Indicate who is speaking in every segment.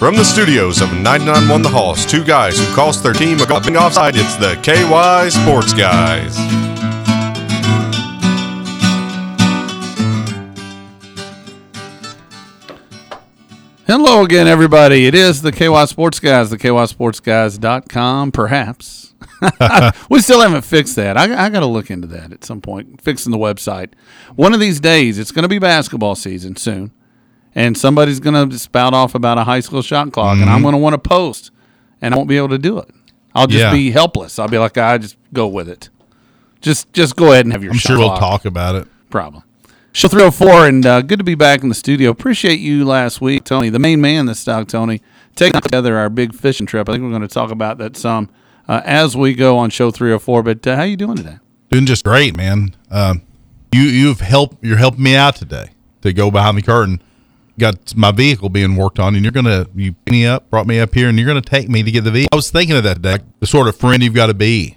Speaker 1: From the studios of 991 The Hoss, two guys who cost their team a golfing offside, it's the KY Sports Guys.
Speaker 2: Hello again, everybody. It is the KY Sports Guys, the KYSportsGuys.com, perhaps. we still haven't fixed that. I, I got to look into that at some point, fixing the website. One of these days, it's going to be basketball season soon, and somebody's going to spout off about a high school shot clock, and I'm
Speaker 3: Mm-hmm.
Speaker 2: going to want to post, and I won't be able to do it. I'll just
Speaker 3: Yeah.
Speaker 2: be helpless. I'll be like, I just go with it. Just just go ahead and have your
Speaker 3: I'm
Speaker 2: shot
Speaker 3: sure we'll
Speaker 2: clock
Speaker 3: talk about it.
Speaker 2: problem. Show 304, and uh, good to be back in the studio. Appreciate you last week, Tony, the main man this stock, Tony, taking together our big fishing trip. I think we're going to talk about that some uh, as we go on show 304. But uh, how you doing today?
Speaker 3: Doing just great, man. Um, you you've helped you're helping me out today to go behind the curtain. Got my vehicle being worked on, and you're gonna you pick me up, brought me up here, and you're gonna take me to get the vehicle. I was thinking of that today, like the sort of friend you've got to be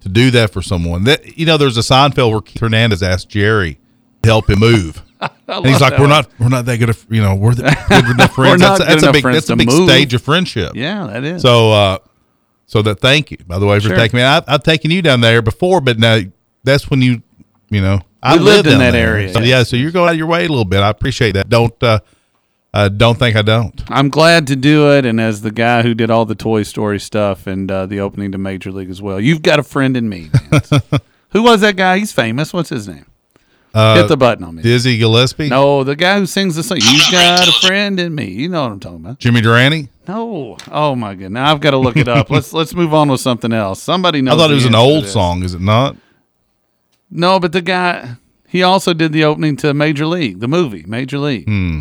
Speaker 3: to do that for someone. That you know, there's a Seinfeld where Keith Hernandez asked Jerry to help him move. And he's like, "We're not, we're not that good of, you know, we're the, good enough friends.
Speaker 2: not
Speaker 3: that's
Speaker 2: good
Speaker 3: that's a
Speaker 2: enough
Speaker 3: big,
Speaker 2: friends
Speaker 3: that's
Speaker 2: to
Speaker 3: a big
Speaker 2: move.
Speaker 3: stage of friendship.
Speaker 2: Yeah, that is.
Speaker 3: So, uh, so that thank you, by the way, for
Speaker 2: Sure.
Speaker 3: taking me. I, I've taken you down there before, but now that's when you, you know, I
Speaker 2: We lived
Speaker 3: live
Speaker 2: in
Speaker 3: down
Speaker 2: that
Speaker 3: there.
Speaker 2: area,
Speaker 3: So,
Speaker 2: yeah.
Speaker 3: yeah. so you're going out of your way a little bit. I appreciate that. Don't, uh, uh, don't think I don't.
Speaker 2: I'm glad to do it. And as the guy who did all the Toy Story stuff and uh, the opening to Major League as well, you've got a friend in me. man. who was that guy? He's famous. What's his name? Hit the button on me.
Speaker 3: Dizzy Gillespie,
Speaker 2: no, the guy who sings the song. You've got a friend in me. You know what I'm talking about.
Speaker 3: Jimmy Durante.
Speaker 2: No. Oh my goodness. Now I've got to look it up. let's let's move on with something else. Somebody knows.
Speaker 3: I thought it
Speaker 2: the
Speaker 3: was an
Speaker 2: answer to
Speaker 3: old
Speaker 2: this.
Speaker 3: song, is it not?
Speaker 2: No, but the guy he also did the opening to Major League, the movie Major League.
Speaker 3: Hmm.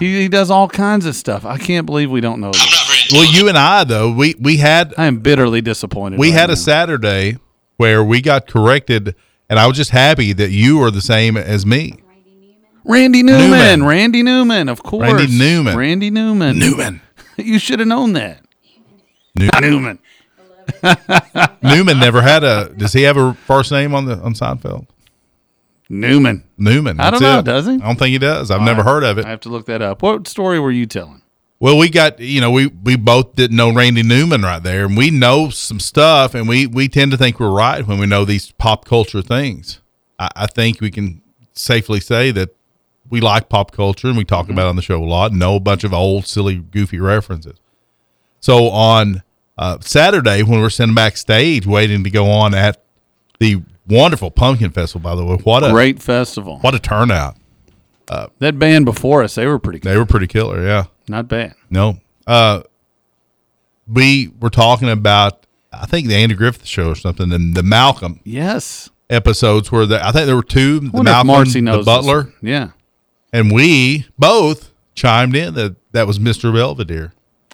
Speaker 2: He, he does all kinds of stuff. I can't believe we don't know. This.
Speaker 3: Well, you and I though, we we had
Speaker 2: I am bitterly disappointed.
Speaker 3: we
Speaker 2: right
Speaker 3: had
Speaker 2: now.
Speaker 3: a Saturday where we got corrected, and I was just happy that you are the same as me.
Speaker 2: Randy Newman,
Speaker 3: Newman.
Speaker 2: Randy Newman, of course.
Speaker 3: Randy Newman.
Speaker 2: Randy Newman.
Speaker 3: Newman.
Speaker 2: You should have known that.
Speaker 3: New-
Speaker 2: Newman.
Speaker 3: Newman never had a. Does he have a first name on the on Seinfeld?
Speaker 2: Newman.
Speaker 3: Newman.
Speaker 2: I don't
Speaker 3: that's
Speaker 2: know,
Speaker 3: it.
Speaker 2: does he?
Speaker 3: I don't think he does. I've never heard of it.
Speaker 2: I have to look that up. What story were you telling?
Speaker 3: Well, we got you know we we both didn't know Randy Newman right there, and we know some stuff, and we we tend to think we're right when we know these pop culture things. I, I think we can safely say that we like pop culture and we talk
Speaker 2: Mm-hmm.
Speaker 3: about it on the show a lot. and Know a bunch of old silly goofy references. So on uh, Saturday when we're sitting backstage waiting to go on at the wonderful Pumpkin Festival, by the way, what a
Speaker 2: Great festival.
Speaker 3: what a turnout!
Speaker 2: That band before us, they were pretty good.
Speaker 3: They were pretty killer, yeah.
Speaker 2: Not bad.
Speaker 3: No. Uh, we were talking about, I think the Andy Griffith show or something, and the Malcolm
Speaker 2: Yes.
Speaker 3: episodes where the, I think there were two, the
Speaker 2: wonder if
Speaker 3: Malcolm,
Speaker 2: Marcy
Speaker 3: the
Speaker 2: knows
Speaker 3: Butler,
Speaker 2: this. Yeah.
Speaker 3: and we both chimed in that that was Mr. Belvedere,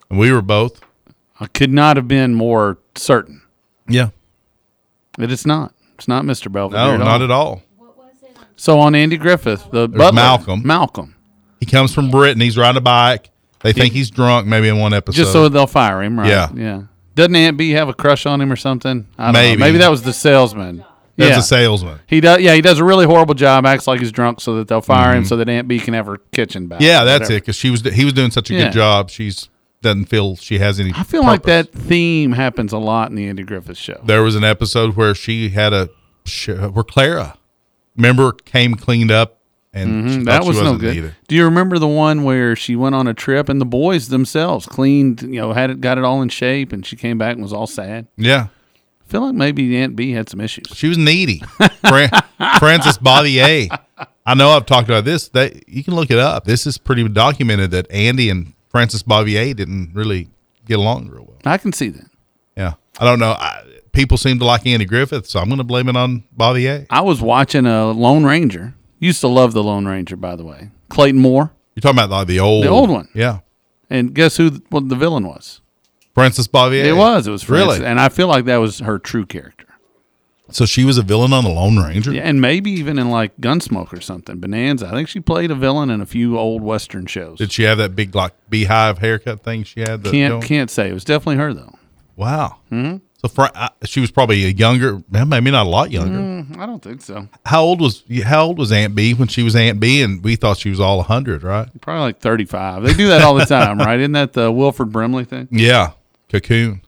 Speaker 3: and we were both,
Speaker 2: I could not have been more certain.
Speaker 3: yeah,
Speaker 2: It is not. It's not Mr. Belvedere.
Speaker 3: no,
Speaker 2: at
Speaker 3: not
Speaker 2: all.
Speaker 3: at all.
Speaker 2: So on Andy Griffith, the butler,
Speaker 3: Malcolm.
Speaker 2: Malcolm.
Speaker 3: He comes from Britain. He's riding a bike. They think he's drunk, maybe in one episode.
Speaker 2: Just so, they'll fire him, right?
Speaker 3: Yeah.
Speaker 2: Yeah. Doesn't Aunt B have a crush on him or something? I don't
Speaker 3: Maybe.
Speaker 2: Know. Maybe that was the salesman.
Speaker 3: that's
Speaker 2: yeah.
Speaker 3: a salesman.
Speaker 2: he does. Yeah, he does a really horrible job. Acts like he's drunk, so that they'll fire him, so that Aunt B can have her kitchen back.
Speaker 3: Mm-hmm. Yeah,
Speaker 2: or
Speaker 3: that's
Speaker 2: whatever.
Speaker 3: it. Because she was, he was doing such a
Speaker 2: Yeah.
Speaker 3: good job. She's doesn't feel she has any.
Speaker 2: I feel like that theme happens a lot in the Andy Griffith show.
Speaker 3: There was an episode where she had a sh- where Clara, remember, came cleaned up and she thought
Speaker 2: Mm-hmm. That
Speaker 3: she
Speaker 2: was no
Speaker 3: wasn't
Speaker 2: good.
Speaker 3: either.
Speaker 2: Do you remember the one where she went on a trip and the boys themselves cleaned, you know, had it, got it all in shape, and she came back and was all sad?
Speaker 3: Yeah,
Speaker 2: I feel like maybe Aunt B had some issues.
Speaker 3: she was needy. Fran- Frances Bodier. I know I've talked about this. That you can look it up. This is pretty documented that Andy and Frances Bodier didn't really get along real well.
Speaker 2: I can see that.
Speaker 3: Yeah, I don't know. I, people seem to like Andy Griffith, so I'm going to blame it on Bodier.
Speaker 2: I was watching a Lone Ranger. Used to love the Lone Ranger, by the way. Clayton Moore.
Speaker 3: You're talking about like the old,
Speaker 2: The old one.
Speaker 3: Yeah,
Speaker 2: And guess who th- what the villain was?
Speaker 3: Frances Bodier.
Speaker 2: It was. It was Francis.
Speaker 3: Eh, Really?
Speaker 2: And I feel like that was her true character.
Speaker 3: So she was a villain on the Lone Ranger.
Speaker 2: Yeah, and maybe even in like Gunsmoke or something, Bonanza. I think she played a villain in a few old Western shows.
Speaker 3: Did she have that big like beehive haircut thing she had? That
Speaker 2: can't Hmm?
Speaker 3: going-
Speaker 2: can't say it was definitely her though.
Speaker 3: Wow. Mm-hmm. So Fra- I, she was probably a younger, well, maybe not a lot younger.
Speaker 2: Mm, I don't think so.
Speaker 3: How old was how old was Aunt B when she was Aunt B, and we thought she was all hundred, right?
Speaker 2: Probably like 35. They do that all the time, right? Isn't that the Wilford Brimley thing?
Speaker 3: Yeah, Cocoon,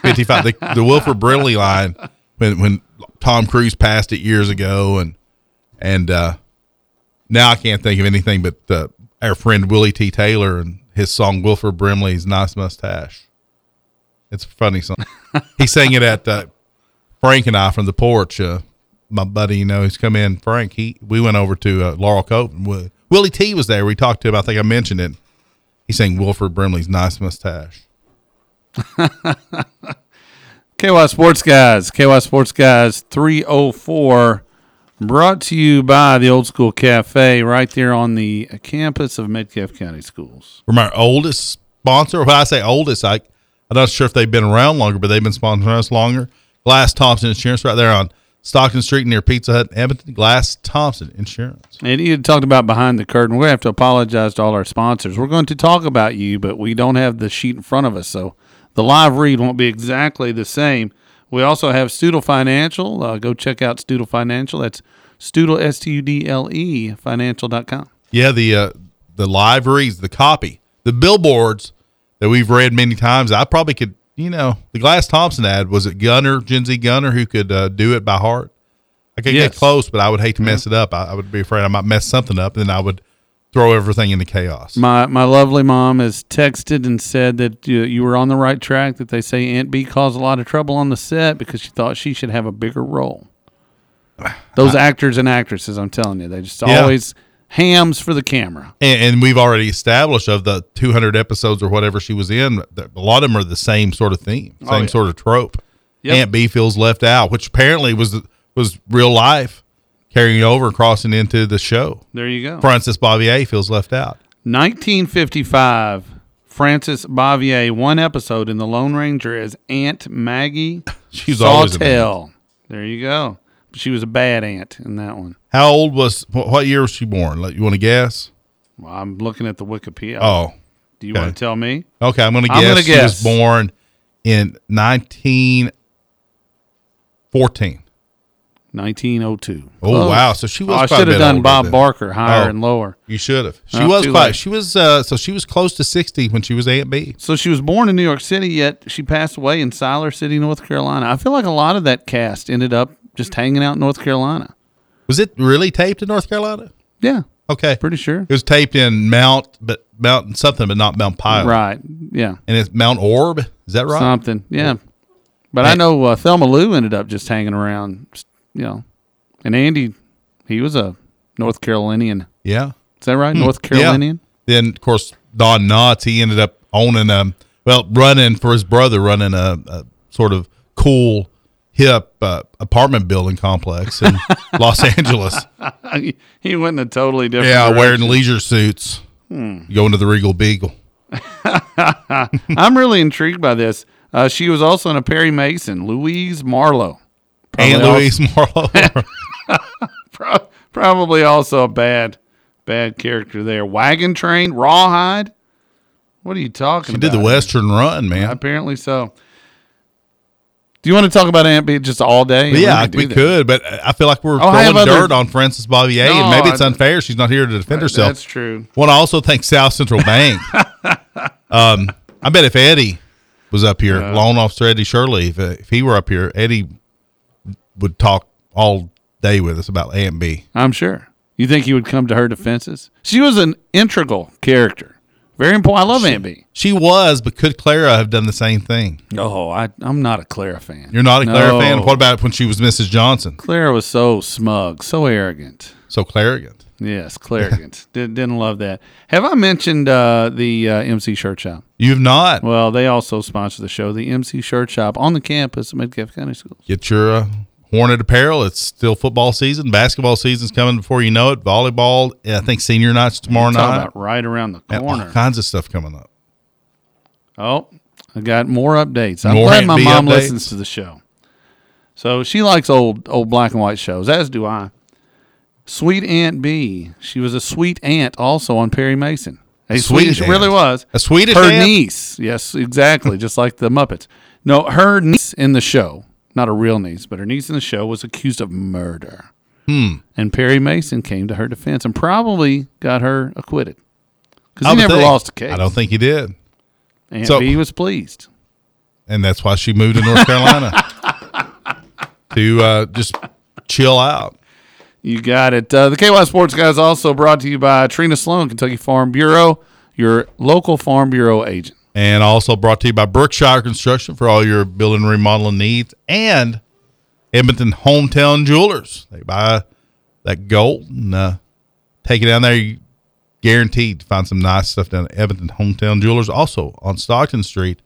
Speaker 3: fifty five. the, the Wilford Brimley line when when Tom Cruise passed it years ago, and and uh, now I can't think of anything but uh, our friend Willie T. Taylor and his song Wilford Brimley's "Nice Mustache." It's a funny song. he sang it at uh, Frank and I from the porch. Uh, my buddy, you know, he's come in. Frank, he we went over to uh, Laurel Cove. And Wi- Willie T was there. We talked to him. I think I mentioned it. He sang Wilford Brimley's "Nice Mustache."
Speaker 2: KY Sports Guys, KY Sports Guys 304, brought to you by the Old School Cafe right there on the campus of Metcalf County Schools.
Speaker 3: from our oldest sponsor. When I say oldest, I I'm not sure if they've been around longer, but they've been sponsoring us longer. Glass Thompson Insurance, right there on Stockton Street near Pizza Hut, in Edmonton. Glass Thompson Insurance.
Speaker 2: And you had talked about behind the curtain. We're going to have to apologize to all our sponsors. We're going to talk about you, but we don't have the sheet in front of us, so the live read won't be exactly the same. We also have Studel Financial. Uh, go check out Studel Financial. That's Studel, S T U D L E, financial.com.
Speaker 3: Yeah, the uh, the live reads, the copy, the billboards that we've read many times. I probably could, you know, the Glass Thompson ad was it Gunner, Gen Z Gunner, who could uh, do it by heart. I could
Speaker 2: Yes.
Speaker 3: get close, but I would hate to mess it up. I, I would be afraid I might mess something up, and then I would throw everything into chaos.
Speaker 2: My my lovely mom has texted and said that you, you were on the right track. That they say Aunt B caused a lot of trouble on the set because she thought she should have a bigger role. Those actors and actresses, I'm telling you, they just
Speaker 3: Yeah.
Speaker 2: always hams for the camera.
Speaker 3: And, and we've already established of the 200 episodes or whatever she was in, that a lot of them are the same sort of theme, same
Speaker 2: Oh, yeah.
Speaker 3: sort of trope.
Speaker 2: Yep.
Speaker 3: Aunt B feels left out, which apparently was was real life carrying over, crossing into the show.
Speaker 2: There you go.
Speaker 3: Francis Bobbier feels left out.
Speaker 2: 1955, Frances Bavier, one episode in The Lone Ranger as Aunt Maggie
Speaker 3: She's always an
Speaker 2: Sawtell. There you go. She was a bad aunt in that one.
Speaker 3: How old was wh- what year was she born? Like, You want to guess?
Speaker 2: Well, I'm looking at the Wikipedia.
Speaker 3: Oh,
Speaker 2: Do you
Speaker 3: okay.
Speaker 2: want to tell me?
Speaker 3: okay. I'm going to
Speaker 2: I'm
Speaker 3: guess.
Speaker 2: gonna
Speaker 3: she was
Speaker 2: guess.
Speaker 3: born in 1914.
Speaker 2: 1902.
Speaker 3: Oh wow! So she was.
Speaker 2: I
Speaker 3: quite a
Speaker 2: should have
Speaker 3: bit
Speaker 2: done
Speaker 3: older
Speaker 2: Bob
Speaker 3: then.
Speaker 2: Barker higher
Speaker 3: Oh.
Speaker 2: and lower.
Speaker 3: You should have. She
Speaker 2: Oh,
Speaker 3: was
Speaker 2: too
Speaker 3: quite.
Speaker 2: late.
Speaker 3: She was. Uh, so she was close to sixty when she was Aunt B.
Speaker 2: So she was born in New York City, yet she passed away in Siler City, North Carolina. I feel like a lot of that cast ended up just hanging out in North Carolina.
Speaker 3: Was it really taped in North Carolina?
Speaker 2: Yeah,
Speaker 3: Okay,
Speaker 2: pretty sure.
Speaker 3: it was taped in Mount, but Mount something, but not Mount Pilot.
Speaker 2: Right. Yeah.
Speaker 3: And it's Mount Orb. Is that right?
Speaker 2: Something. Yeah. But I
Speaker 3: Hey.
Speaker 2: know uh, Thelma Lou ended up just hanging around, just, you know. And Andy, he was a North Carolinian.
Speaker 3: yeah.
Speaker 2: Is that right? North
Speaker 3: Hmm. Yeah.
Speaker 2: Carolinian?
Speaker 3: Then of course Don Knotts. He ended up owning a well, running for his brother, running a, a sort of cool, hip uh, apartment building complex in Los Angeles.
Speaker 2: he went in a totally different
Speaker 3: Yeah,
Speaker 2: direction.
Speaker 3: wearing leisure suits,
Speaker 2: Hmm.
Speaker 3: going to the Regal Beagle.
Speaker 2: I'm really intrigued by this. Uh, she was also in a Perry Mason, Louise Marlowe.
Speaker 3: And
Speaker 2: Probably
Speaker 3: Louise Marlowe.
Speaker 2: Pro- probably also a bad, bad character there. Wagon Train, Rawhide. What are you talking
Speaker 3: She
Speaker 2: about?
Speaker 3: did the Western Run, man.
Speaker 2: Apparently so. Do you want to talk about Aunt B just all day?
Speaker 3: But yeah,
Speaker 2: We
Speaker 3: we
Speaker 2: do that.
Speaker 3: could, but I feel like we're
Speaker 2: Oh, I
Speaker 3: throwing
Speaker 2: have
Speaker 3: dirt
Speaker 2: other-
Speaker 3: on Frances Bobbier,
Speaker 2: No,
Speaker 3: and maybe it's
Speaker 2: I-
Speaker 3: unfair. She's not here to defend herself.
Speaker 2: That's true.
Speaker 3: Well, I also think South Central Bank. um, I bet if Eddie was up here, loan officer Eddie Shirley, if, uh, if he were up here, Eddie would talk all day with us about A and B.
Speaker 2: I'm sure. You think he would come to her defenses? She was an integral character. Very important. I love Aunt B.
Speaker 3: She was, but could Clara have done the same thing?
Speaker 2: Oh, I, I'm not a Clara fan.
Speaker 3: You're not a Clara fan.
Speaker 2: No.
Speaker 3: What about when she was Mrs. Johnson?
Speaker 2: Clara was so smug, so arrogant.
Speaker 3: So Clarigant.
Speaker 2: Yes, Clarigant. Did, didn't love that. Have I mentioned uh, the uh, MC Shirt Shop?
Speaker 3: You've not.
Speaker 2: Well, they also sponsor the show, the MC Shirt Shop, on the campus of Metcalf County Schools.
Speaker 3: get your uh, Hornet apparel. It's still football season. Basketball season's coming before you know it. Volleyball, I think senior nights tomorrow
Speaker 2: Talking
Speaker 3: night.
Speaker 2: about right around the
Speaker 3: And all
Speaker 2: corner.
Speaker 3: kinds of stuff coming up.
Speaker 2: Oh, I got more updates. I'm
Speaker 3: More
Speaker 2: glad my
Speaker 3: NBA
Speaker 2: mom
Speaker 3: updates?
Speaker 2: listens to the show. So she likes old old black and white shows, as do I. Sweet Aunt B. She was a sweet aunt also on Perry Mason. A sweet,
Speaker 3: Sweet
Speaker 2: she really
Speaker 3: aunt.
Speaker 2: was.
Speaker 3: A Swedish
Speaker 2: her
Speaker 3: aunt?
Speaker 2: niece. Yes, exactly, just like the Muppets. No, her niece in the show, not her real niece, but her niece in the show was accused of murder.
Speaker 3: Hmm.
Speaker 2: And Perry Mason came to her defense and probably got her acquitted because
Speaker 3: I
Speaker 2: he
Speaker 3: would
Speaker 2: never
Speaker 3: think.
Speaker 2: lost a case.
Speaker 3: I don't think he did,
Speaker 2: and
Speaker 3: so-
Speaker 2: he was pleased.
Speaker 3: and that's why she moved to North Carolina to uh, just chill out.
Speaker 2: You got it. Uh, the KY Sports Guy is also brought to you by Trina Sloan, Kentucky Farm Bureau, your local Farm Bureau agent.
Speaker 3: And also brought to you by Brookshire Construction for all your building and remodeling needs and Edmonton Hometown Jewelers. They buy that gold and uh, take it down there. You guaranteed to find some nice stuff down at Edmonton Hometown Jewelers. Also on Stockton Street.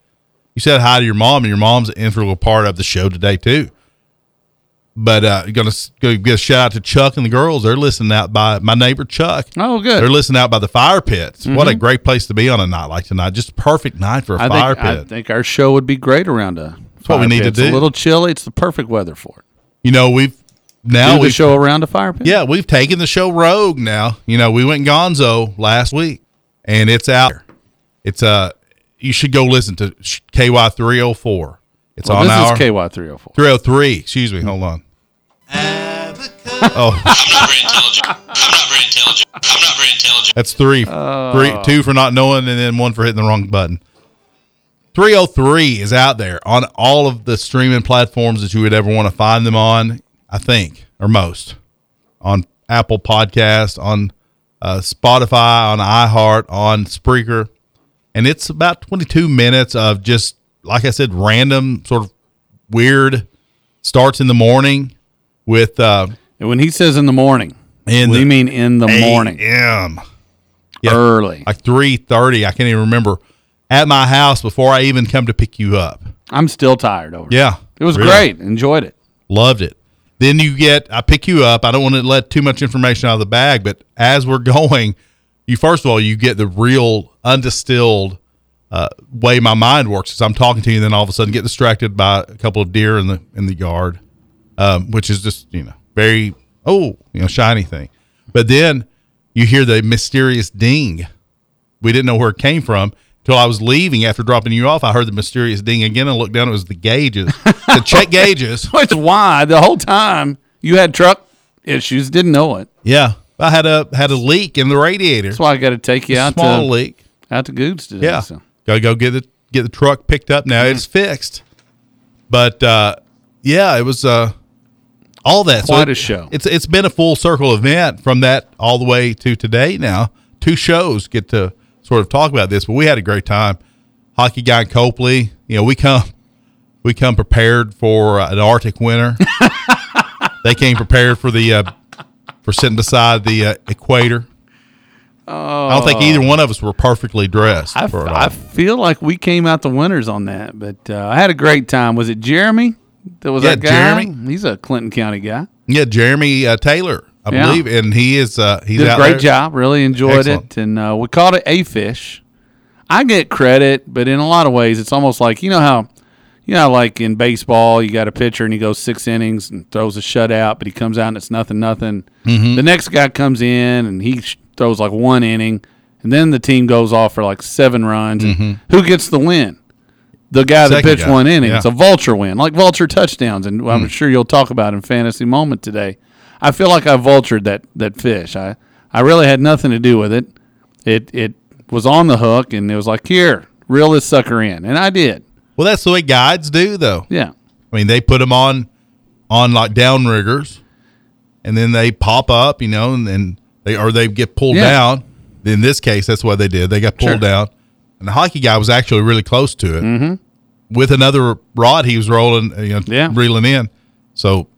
Speaker 3: You said hi to your mom, and your mom's an integral part of the show today, too. But uh, gonna s- go give a shout out to Chuck and the girls. They're listening out by my neighbor Chuck.
Speaker 2: Oh, good. Mm-hmm.
Speaker 3: They're listening out by the fire pits. What a great place to be on a night like tonight. Just a perfect night for a
Speaker 2: I
Speaker 3: fire
Speaker 2: think, I
Speaker 3: pit.
Speaker 2: think our show would be great around a. That's
Speaker 3: what we need to
Speaker 2: It's
Speaker 3: do.
Speaker 2: a little chilly. It's the perfect weather for it.
Speaker 3: You know, we've now
Speaker 2: Do
Speaker 3: we
Speaker 2: the show around a fire pit.
Speaker 3: yeah, we've taken the show rogue now. You know, we went gonzo last week and it's out. there. It's uh you should go listen to sh- KY304. It's
Speaker 2: Well,
Speaker 3: on
Speaker 2: this
Speaker 3: our
Speaker 2: is KY three hundred four.
Speaker 3: 303. Excuse me, hold on.
Speaker 4: I'm
Speaker 3: oh,
Speaker 4: not very intelligent. I'm not very intelligent. I'm not very intelligent.
Speaker 3: that's three, three, two for not knowing, and then one for hitting the wrong button. 303 is out there on all of the streaming platforms that you would ever want to find them on, I think, or most. On Apple Podcast, on uh, Spotify, on iHeart, on Spreaker. And it's about 22 minutes of just, like I said, random, sort of weird starts in the morning with uh,
Speaker 2: And when he says in the morning,
Speaker 3: In
Speaker 2: we
Speaker 3: the
Speaker 2: mean in the morning,
Speaker 3: AM. yeah.
Speaker 2: early.
Speaker 3: like three thirty. I can't even remember at my house before I even come to pick you up.
Speaker 2: I'm still tired over. it.
Speaker 3: Yeah,
Speaker 2: it was
Speaker 3: really.
Speaker 2: great. Enjoyed it.
Speaker 3: Loved it. Then you get I pick you up. I don't want to let too much information out of the bag, but as we're going, you first of all you get the real undistilled uh, way my mind works. Is I'm talking to you, and then all of a sudden get distracted by a couple of deer in the in the yard, um, which is just you know very oh you know shiny thing. But then you hear the mysterious ding. We didn't know where it came from until I was leaving after dropping you off. I heard the mysterious ding again and looked down. It was the gauges, the check gauges.
Speaker 2: That's why the whole time you had truck issues. Didn't know it.
Speaker 3: Yeah, I had a had a leak in the radiator.
Speaker 2: That's why I got to take you out
Speaker 3: Small
Speaker 2: to
Speaker 3: leak.
Speaker 2: out to Goods today.
Speaker 3: Yeah,
Speaker 2: so. Mm.
Speaker 3: gotta go get the get the truck picked up. Now it's fixed. But uh, yeah, it was uh, all that.
Speaker 2: Quite
Speaker 3: it-
Speaker 2: a show.
Speaker 3: It's it's been a full circle event from that all the way to today. Now two shows get to sort of talk about this, but we had a great time. Hockey guy Copley, you know, we come we come prepared for uh, an Arctic winter. they came prepared for the uh, for sitting beside the uh, equator. I
Speaker 2: Oh.
Speaker 3: don't think either one of us were perfectly dressed.
Speaker 2: I, f-
Speaker 3: for it all.
Speaker 2: I feel like we came out the winners on that, but uh, I had a great time. Was it Jeremy? That was
Speaker 3: Yeah,
Speaker 2: that guy.
Speaker 3: Jeremy.
Speaker 2: He's a Clinton County guy.
Speaker 3: Yeah, Jeremy uh, Taylor, I
Speaker 2: Yeah.
Speaker 3: believe, and he is uh, he's
Speaker 2: Did a
Speaker 3: out
Speaker 2: great
Speaker 3: there.
Speaker 2: job. Really enjoyed
Speaker 3: Excellent.
Speaker 2: it, and uh, we called it a fish. I get credit, but in a lot of ways, it's almost like you know how you know, how, like in baseball, you got a pitcher and he goes six innings and throws a shutout, but he comes out and it's nothing, nothing.
Speaker 3: Mm-hmm.
Speaker 2: The next guy comes in and he sh- throws like one inning, and then the team goes off for like seven runs. and who gets the win? The guy that
Speaker 3: Mm-hmm. Second
Speaker 2: pitched
Speaker 3: guy,
Speaker 2: one inning.
Speaker 3: yeah. Mm.
Speaker 2: It's a vulture win, like vulture touchdowns, and I'm sure you'll talk about in fantasy moment today. I feel like I vultured that that fish. I I really had nothing to do with it. It it was on the hook, and it was like here, reel this sucker in, and I did.
Speaker 3: Well, that's the way guides do, though.
Speaker 2: Yeah.
Speaker 3: I mean, they put them on on like downriggers, and then they pop up, you know, and then they or they get pulled
Speaker 2: Yeah.
Speaker 3: down. In this case, that's what they did. They got pulled
Speaker 2: Sure. Mm-hmm.
Speaker 3: down, and the hockey guy was actually really close to it with another rod. He was rolling, uh, you know,
Speaker 2: Yeah.
Speaker 3: reeling in. So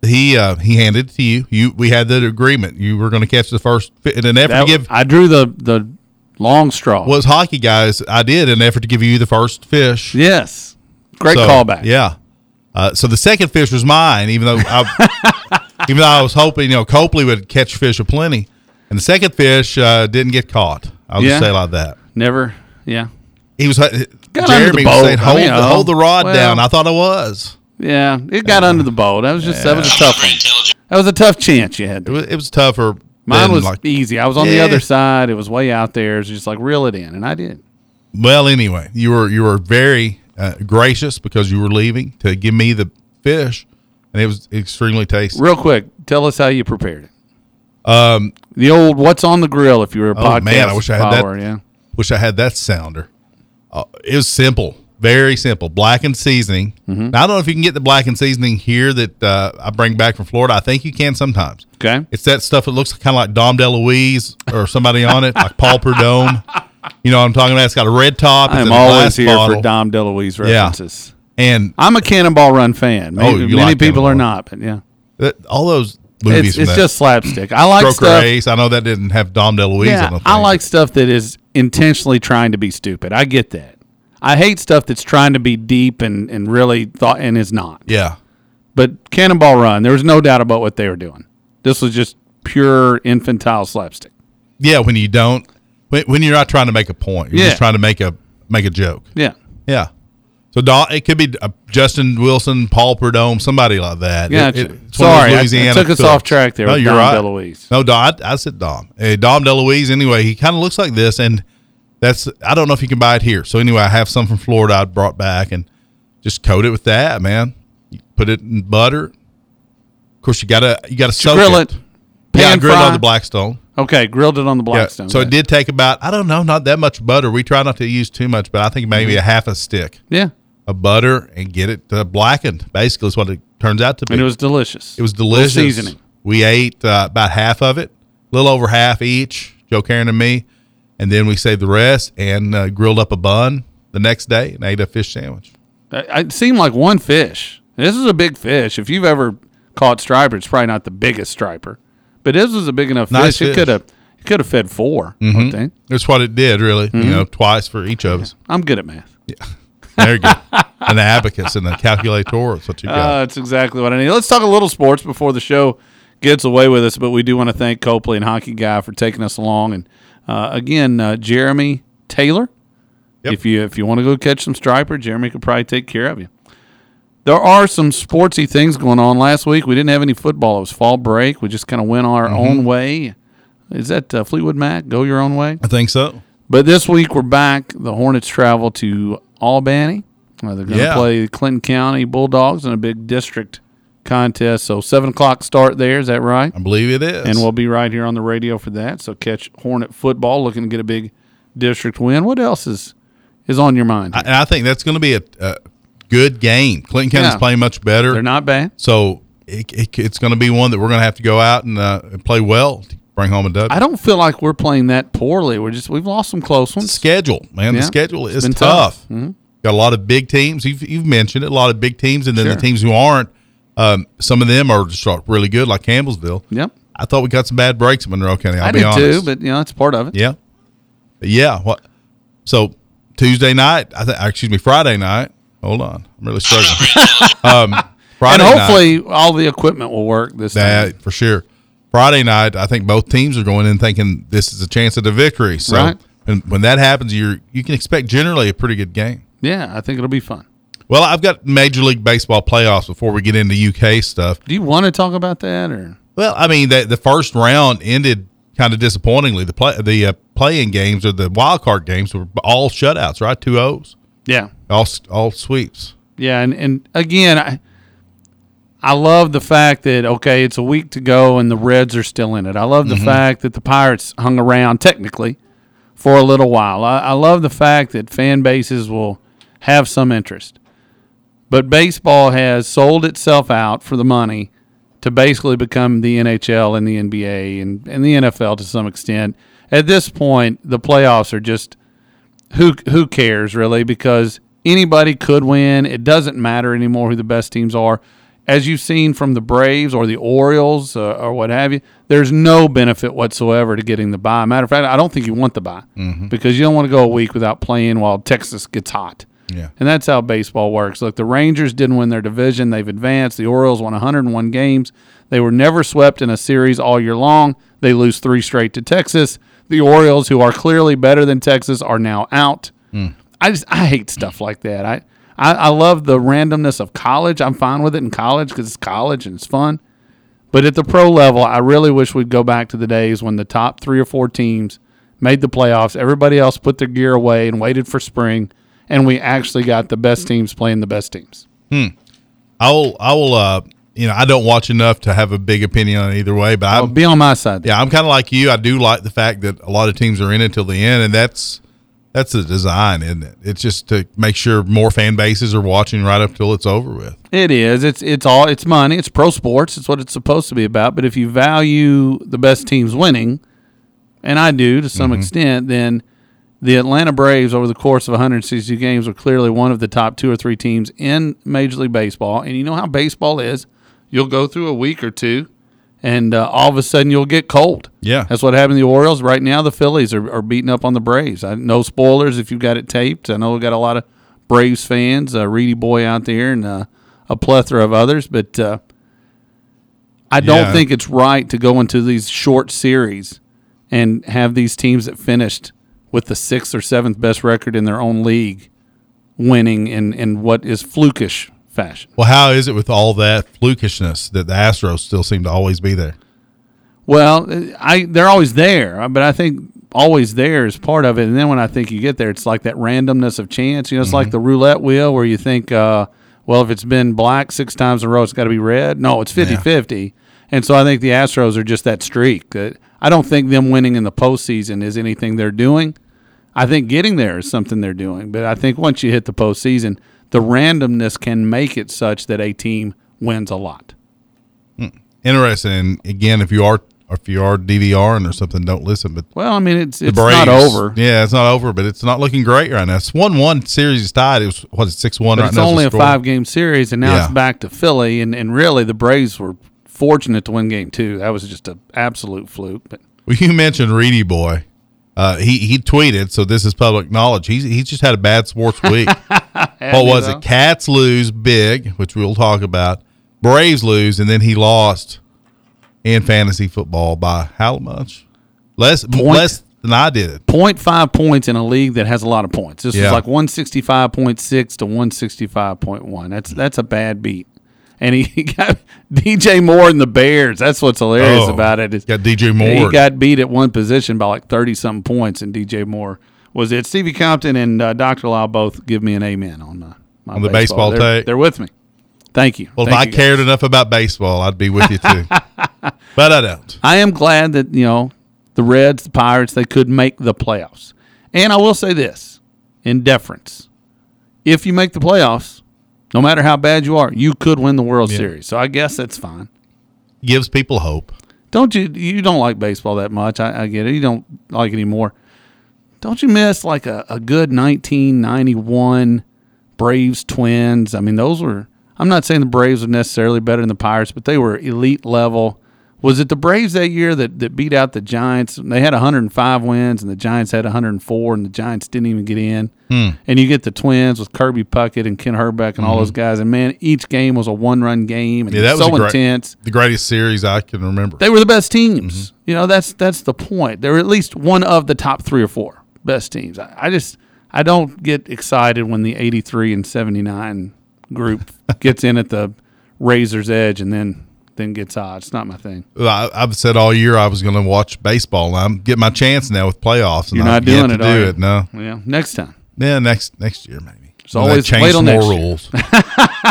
Speaker 3: he uh, he handed it to you. You we had that agreement. You were going to catch the first fi- in an effort
Speaker 2: That-
Speaker 3: to give
Speaker 2: I drew the the long straw.
Speaker 3: was hockey guys. I did in an effort to give you the first fish.
Speaker 2: yes, great
Speaker 3: So,
Speaker 2: callback.
Speaker 3: Yeah. Uh, so the second fish was mine, even though I, even though I was hoping you know Copley would catch fish aplenty, and the second fish uh, didn't get caught. I'll
Speaker 2: Yeah.
Speaker 3: just say it like that.
Speaker 2: Never. Yeah.
Speaker 3: He was uh, Jeremy
Speaker 2: Got under the
Speaker 3: was saying
Speaker 2: boat,
Speaker 3: hold,
Speaker 2: you
Speaker 3: the,
Speaker 2: know.
Speaker 3: hold the rod
Speaker 2: Well-
Speaker 3: down. I thought I was.
Speaker 2: Yeah. It got under the bowl. That was just that was a
Speaker 4: I'm not
Speaker 2: tough
Speaker 4: very
Speaker 2: one.
Speaker 4: intelligent.
Speaker 2: That was a tough chance you had.
Speaker 3: It was it was tougher.
Speaker 2: Mine
Speaker 3: than,
Speaker 2: was
Speaker 3: like-
Speaker 2: easy. I was on the
Speaker 3: Yeah.
Speaker 2: other side. It was way out there. It was just like reel it in, and I did.
Speaker 3: well anyway. You were you were very uh, gracious because you were leaving to give me the fish, and it was extremely tasty.
Speaker 2: Real quick, tell us how you prepared it. Um, the old "What's on the grill?" If you were a
Speaker 3: Oh,
Speaker 2: podcast
Speaker 3: man, I wish I had that.
Speaker 2: follower, yeah.
Speaker 3: Wish I had that sounder. Uh, it was simple, very simple. Blackened seasoning.
Speaker 2: Mm-hmm.
Speaker 3: Now, I don't know if you can get the blackened seasoning here that uh, I bring back from Florida. I think you can sometimes.
Speaker 2: Okay,
Speaker 3: It's that stuff that looks kind of like Dom DeLuise or somebody on it, like Paul Perdome. You know what I'm talking about? It's got a red top. It's
Speaker 2: I
Speaker 3: in
Speaker 2: am
Speaker 3: a
Speaker 2: always
Speaker 3: glass
Speaker 2: here
Speaker 3: bottle.
Speaker 2: for Dom DeLuise references.
Speaker 3: And
Speaker 2: I'm a Cannonball Run fan. Maybe,
Speaker 3: Oh, you
Speaker 2: many
Speaker 3: like
Speaker 2: people
Speaker 3: Cannonball
Speaker 2: are
Speaker 3: Run.
Speaker 2: not, but yeah,
Speaker 3: that, all those movies.
Speaker 2: it's,
Speaker 3: from
Speaker 2: it's
Speaker 3: that.
Speaker 2: just slapstick. I like
Speaker 3: Broker
Speaker 2: stuff.
Speaker 3: Ace. I know that didn't have Dom DeLuise. I,
Speaker 2: Yeah,
Speaker 3: don't
Speaker 2: I
Speaker 3: think.
Speaker 2: like stuff that is intentionally trying to be stupid. I get that. I hate stuff that's trying to be deep and, and really thought and is not.
Speaker 3: Yeah,
Speaker 2: But Cannonball Run, there was no doubt about what they were doing. This was just pure infantile slapstick.
Speaker 3: yeah. When you don't, when, when you're not trying to make a point, you're
Speaker 2: Yeah.
Speaker 3: just trying to make a make a joke.
Speaker 2: Yeah.
Speaker 3: Yeah. So Dom, it could be uh, Justin Wilson, Paul Perdome, somebody like that. It-
Speaker 2: Gotcha.
Speaker 3: it- it's one of those
Speaker 2: Sorry, I- I
Speaker 3: Louisiana
Speaker 2: took us
Speaker 3: cooks.
Speaker 2: off track there with Dom DeLuise.
Speaker 3: No, Dom. I, I said Dom. Eh, Dom DeLuise. Anyway, he kind of looks like this, and that's. I don't know if you can buy it here. So anyway, I have some from Florida. I brought back and just coat it with that. Man, You put it in butter. Of course, you gotta you gotta soak
Speaker 2: Grill
Speaker 3: it.
Speaker 2: it.
Speaker 3: yeah, I
Speaker 2: pan
Speaker 3: grilled
Speaker 2: fry.
Speaker 3: on the Blackstone.
Speaker 2: Okay, grilled it on the
Speaker 3: Yeah,
Speaker 2: Blackstone.
Speaker 3: so it did take about I don't know, not that much butter. We try not to use too much, but I think maybe
Speaker 2: Mm-hmm.
Speaker 3: a half a stick
Speaker 2: Yeah.
Speaker 3: of butter and get it uh, blackened. Basically, is what it turns out to be.
Speaker 2: And it was delicious.
Speaker 3: It was
Speaker 2: Little
Speaker 3: delicious.
Speaker 2: Seasoning.
Speaker 3: We ate uh, about half of it, a little over half each, Joe Karen and me, and then we saved the rest and uh, grilled up a bun the next day and ate a fish sandwich.
Speaker 2: Uh, It seemed like one fish. This is a big fish. If you've ever caught striper, it's probably not the biggest striper, but this was a big enough
Speaker 3: Nice
Speaker 2: fish. It
Speaker 3: fish. Mm-hmm.
Speaker 2: could have it could have fed 4 I would think.
Speaker 3: That's what it did, really. You
Speaker 2: Mm-hmm.
Speaker 3: know, twice for each of us.
Speaker 2: I'm good at math.
Speaker 3: There you go. An abacus and a calculator. That's what you got.
Speaker 2: Uh, that's exactly what I need. Let's talk a little sports before the show gets away with us, but we do want to thank Copley and Hockey Guy for taking us along. And uh, again, uh, Jeremy Taylor,
Speaker 3: Yep.
Speaker 2: if you if you want to go catch some striper, Jeremy could probably take care of you. There are some sportsy things going on. Last week we didn't have any football. It was fall break. We just kind of went
Speaker 3: Mm-hmm.
Speaker 2: our own way. Is that uh, Fleetwood Mac? Go your own way.
Speaker 3: I think so.
Speaker 2: But this week we're back. The Hornets travel to Albany. Uh, they're going to
Speaker 3: Yeah.
Speaker 2: play the Clinton County Bulldogs in a big district contest. So seven o'clock start there. Is that right?
Speaker 3: I believe it is.
Speaker 2: And we'll be right here on the radio for that. So catch Hornet football, looking to get a big district win. What else is is on your mind?
Speaker 3: I- and I think that's going to be a, a good game. Clinton County's
Speaker 2: Yeah.
Speaker 3: playing much better.
Speaker 2: They're not bad.
Speaker 3: So it, it, it's going to be one that we're going to have to go out and, uh, and play well to bring home a W.
Speaker 2: I don't feel like we're playing that poorly. We're just we've lost some close
Speaker 3: the
Speaker 2: ones.
Speaker 3: schedule, man.
Speaker 2: Yeah.
Speaker 3: The schedule
Speaker 2: It's
Speaker 3: is
Speaker 2: been
Speaker 3: tough.
Speaker 2: tough. Mm-hmm.
Speaker 3: Got a lot of big teams. You've, you've mentioned it, a lot of big teams, and then the
Speaker 2: Sure.
Speaker 3: teams who aren't. Um, some of them are just really good, like Campbellsville.
Speaker 2: Yep,
Speaker 3: I thought we got some bad breaks in Monroe County. I'll
Speaker 2: I
Speaker 3: be
Speaker 2: did
Speaker 3: honest.
Speaker 2: too, but you know it's part of it.
Speaker 3: yeah, But yeah. What? So Tuesday night, I th- excuse me, Friday night. Hold on, I'm really
Speaker 4: I'm not
Speaker 3: struggling.
Speaker 4: very
Speaker 3: Um,
Speaker 4: intelligent.
Speaker 3: Friday
Speaker 2: and
Speaker 3: night-
Speaker 2: hopefully all the equipment will work this time.
Speaker 3: That for sure. Friday night, I think both teams are going in thinking this is a chance at a victory. So,
Speaker 2: Right.
Speaker 3: and when that happens, you you can expect generally a pretty good game.
Speaker 2: Yeah, I think it'll be fun.
Speaker 3: Well, I've got Major League Baseball playoffs before we get into UK stuff.
Speaker 2: Do you want to talk about that or
Speaker 3: Well, I mean, the, the first round ended kind of disappointingly. The play the uh, playing games or the wild card games were all shutouts, right? Two O's,
Speaker 2: Yeah.
Speaker 3: all s- all sweeps.
Speaker 2: Yeah, and and again, I I love the fact that okay, it's a week to go and the Reds are still in it. I love the fact that the Pirates hung around technically for a little while. I, I love the fact that fan bases will have some interest. But baseball has sold itself out for the money to basically become the NHL and the NBA and, and the NFL to some extent. At this point, the playoffs are just who who cares really because anybody could win. It doesn't matter anymore who the best teams are. As you've seen from the Braves or the Orioles uh, or what have you, there's no benefit whatsoever to getting the bye. Matter of fact, I don't think you want the bye because you don't want to go a week without playing while Texas gets hot.
Speaker 3: Yeah.
Speaker 2: And that's how baseball works. Look, the Rangers didn't win their division. They've advanced. The Orioles won 101 games. They were never swept in a series all year long. They lose three straight to Texas. The Orioles, who are clearly better than Texas, are now out. I just I hate stuff like that. I, I I love the randomness of college. I'm fine with it in college because it's college and it's fun. But at the pro level, I really wish we'd go back to the days when the top three or four teams made the playoffs. Everybody else put their gear away and waited for spring, and we actually got the best teams playing the best teams.
Speaker 3: I'll I'll uh you know I don't watch enough to have a big opinion on either way, but
Speaker 2: I'll
Speaker 3: I'm,
Speaker 2: be on my side. there.
Speaker 3: yeah, I'm kind of like you. I do like the fact that a lot of teams are in it till the end, and that's that's the design, isn't it? It's just to make sure more fan bases are watching right up till it's over with.
Speaker 2: It is. It's it's all it's money. It's pro sports. It's what it's supposed to be about. But if you value the best teams winning, and I do to some extent, then the Atlanta Braves over the course of 162 games were clearly one of the top two or three teams in Major League Baseball. And you know how baseball is. You'll go through a week or two, and uh, all of a sudden you'll get cold.
Speaker 3: Yeah.
Speaker 2: that's what happened to the Orioles. Right now, the Phillies are, are beating up on the Braves. I, no spoilers if you've got it taped. I know we got a lot of Braves fans, uh, Reedy Boy out there, and uh, a plethora of others. But uh, I don't
Speaker 3: Yeah.
Speaker 2: think it's right to go into these short series and have these teams that finished with the sixth or seventh best record in their own league winning in, in what is flukish fashion.
Speaker 3: Well, how is it with all that flukishness that the Astros still seem to always be there?
Speaker 2: Well, I they're always there, uh, but I think always there is part of it. And then when I think you get there, it's like that randomness of chance. You know, it's
Speaker 3: Mm-hmm.
Speaker 2: like the roulette wheel where you think, uh, well, if it's been black six times in a row, it's got to be red. No, it's 50 50. And so I think the Astros are just that streak. That I don't think them winning in the postseason is anything they're doing. I think getting there is something they're doing. But I think once you hit the postseason, the randomness can make it such that a team wins a lot.
Speaker 3: Interesting. And again, if you are if you are DVRing or something, don't listen. But
Speaker 2: Well, I mean, it's,
Speaker 3: the
Speaker 2: it's
Speaker 3: Braves,
Speaker 2: not over.
Speaker 3: Yeah, it's not over, but it's not looking great right now. It's one one series is tied. It was what is six one
Speaker 2: But
Speaker 3: right
Speaker 2: it's
Speaker 3: now. is the
Speaker 2: only a
Speaker 3: score.
Speaker 2: five game series, and now it's
Speaker 3: Yeah.
Speaker 2: back to Philly. And, and really, the Braves were fortunate to win game two. That was just an absolute fluke. But
Speaker 3: Well, you mentioned Reedy Boy. Uh, he he tweeted, so this is public knowledge. He's he's just had a bad sports week. what was it? Cats lose big, which we'll talk about. Braves lose, and then he lost in fantasy football by how much? Less less than I did.
Speaker 2: 0.5 points in a league that has a lot of points. This
Speaker 3: Yeah.
Speaker 2: was like 165.6 to 165.1. That's that's a bad beat. And he, he got DJ Moore and the Bears. That's what's hilarious
Speaker 3: Oh,
Speaker 2: about it. is-
Speaker 3: Got DJ
Speaker 2: He
Speaker 3: Moore.
Speaker 2: got beat at one position by like 30 something points, and DJ Moore was it. Stevie Compton and uh, Dr. Lau both give me an amen on, uh, my
Speaker 3: On the baseball
Speaker 2: They're,
Speaker 3: take.
Speaker 2: they're with me. Thank you.
Speaker 3: well, if
Speaker 2: Thank
Speaker 3: I
Speaker 2: you, guys.
Speaker 3: cared enough about baseball, I'd be with you too. but I don't.
Speaker 2: I am glad that, you know, the Reds, the Pirates, they could make the playoffs. And I will say this in deference if you make the playoffs, no matter how bad you are, you could win the World Series. So I guess that's fine.
Speaker 3: Gives people hope.
Speaker 2: Don't you? You don't like baseball that much. I, I get it. You don't like it anymore. Don't you miss like a, a good 1991 Braves Twins? I mean, those were. I'm not saying the Braves were necessarily better than the Pirates, but they were elite level. Was it the Braves that year that, that beat out the Giants? They had 105 wins, and the Giants had 104, and the Giants didn't even get in.
Speaker 3: Hmm.
Speaker 2: And you get the Twins with Kirby Puckett and Ken Herbeck and all those guys. And man, each game was a one run game, and
Speaker 3: Mm-hmm. Yeah, that was
Speaker 2: so
Speaker 3: a great-
Speaker 2: intense
Speaker 3: The greatest series I can remember.
Speaker 2: they were the best teams. You know, that's that's the point. They were at least one of the top three or four best teams. I, I just I don't get excited when the eighty three and seventy nine group gets in at the razor's edge and then then gets odd. It's not my thing.
Speaker 3: I, I've said all year I was going to watch baseball. and I'm getting my chance now with playoffs. And
Speaker 2: You're
Speaker 3: I'm
Speaker 2: not doing
Speaker 3: yet
Speaker 2: it,
Speaker 3: to
Speaker 2: are
Speaker 3: do
Speaker 2: you?
Speaker 3: it. No,
Speaker 2: Yeah, next time.
Speaker 3: yeah, next next year maybe. So
Speaker 2: always wait till next year.
Speaker 3: rules,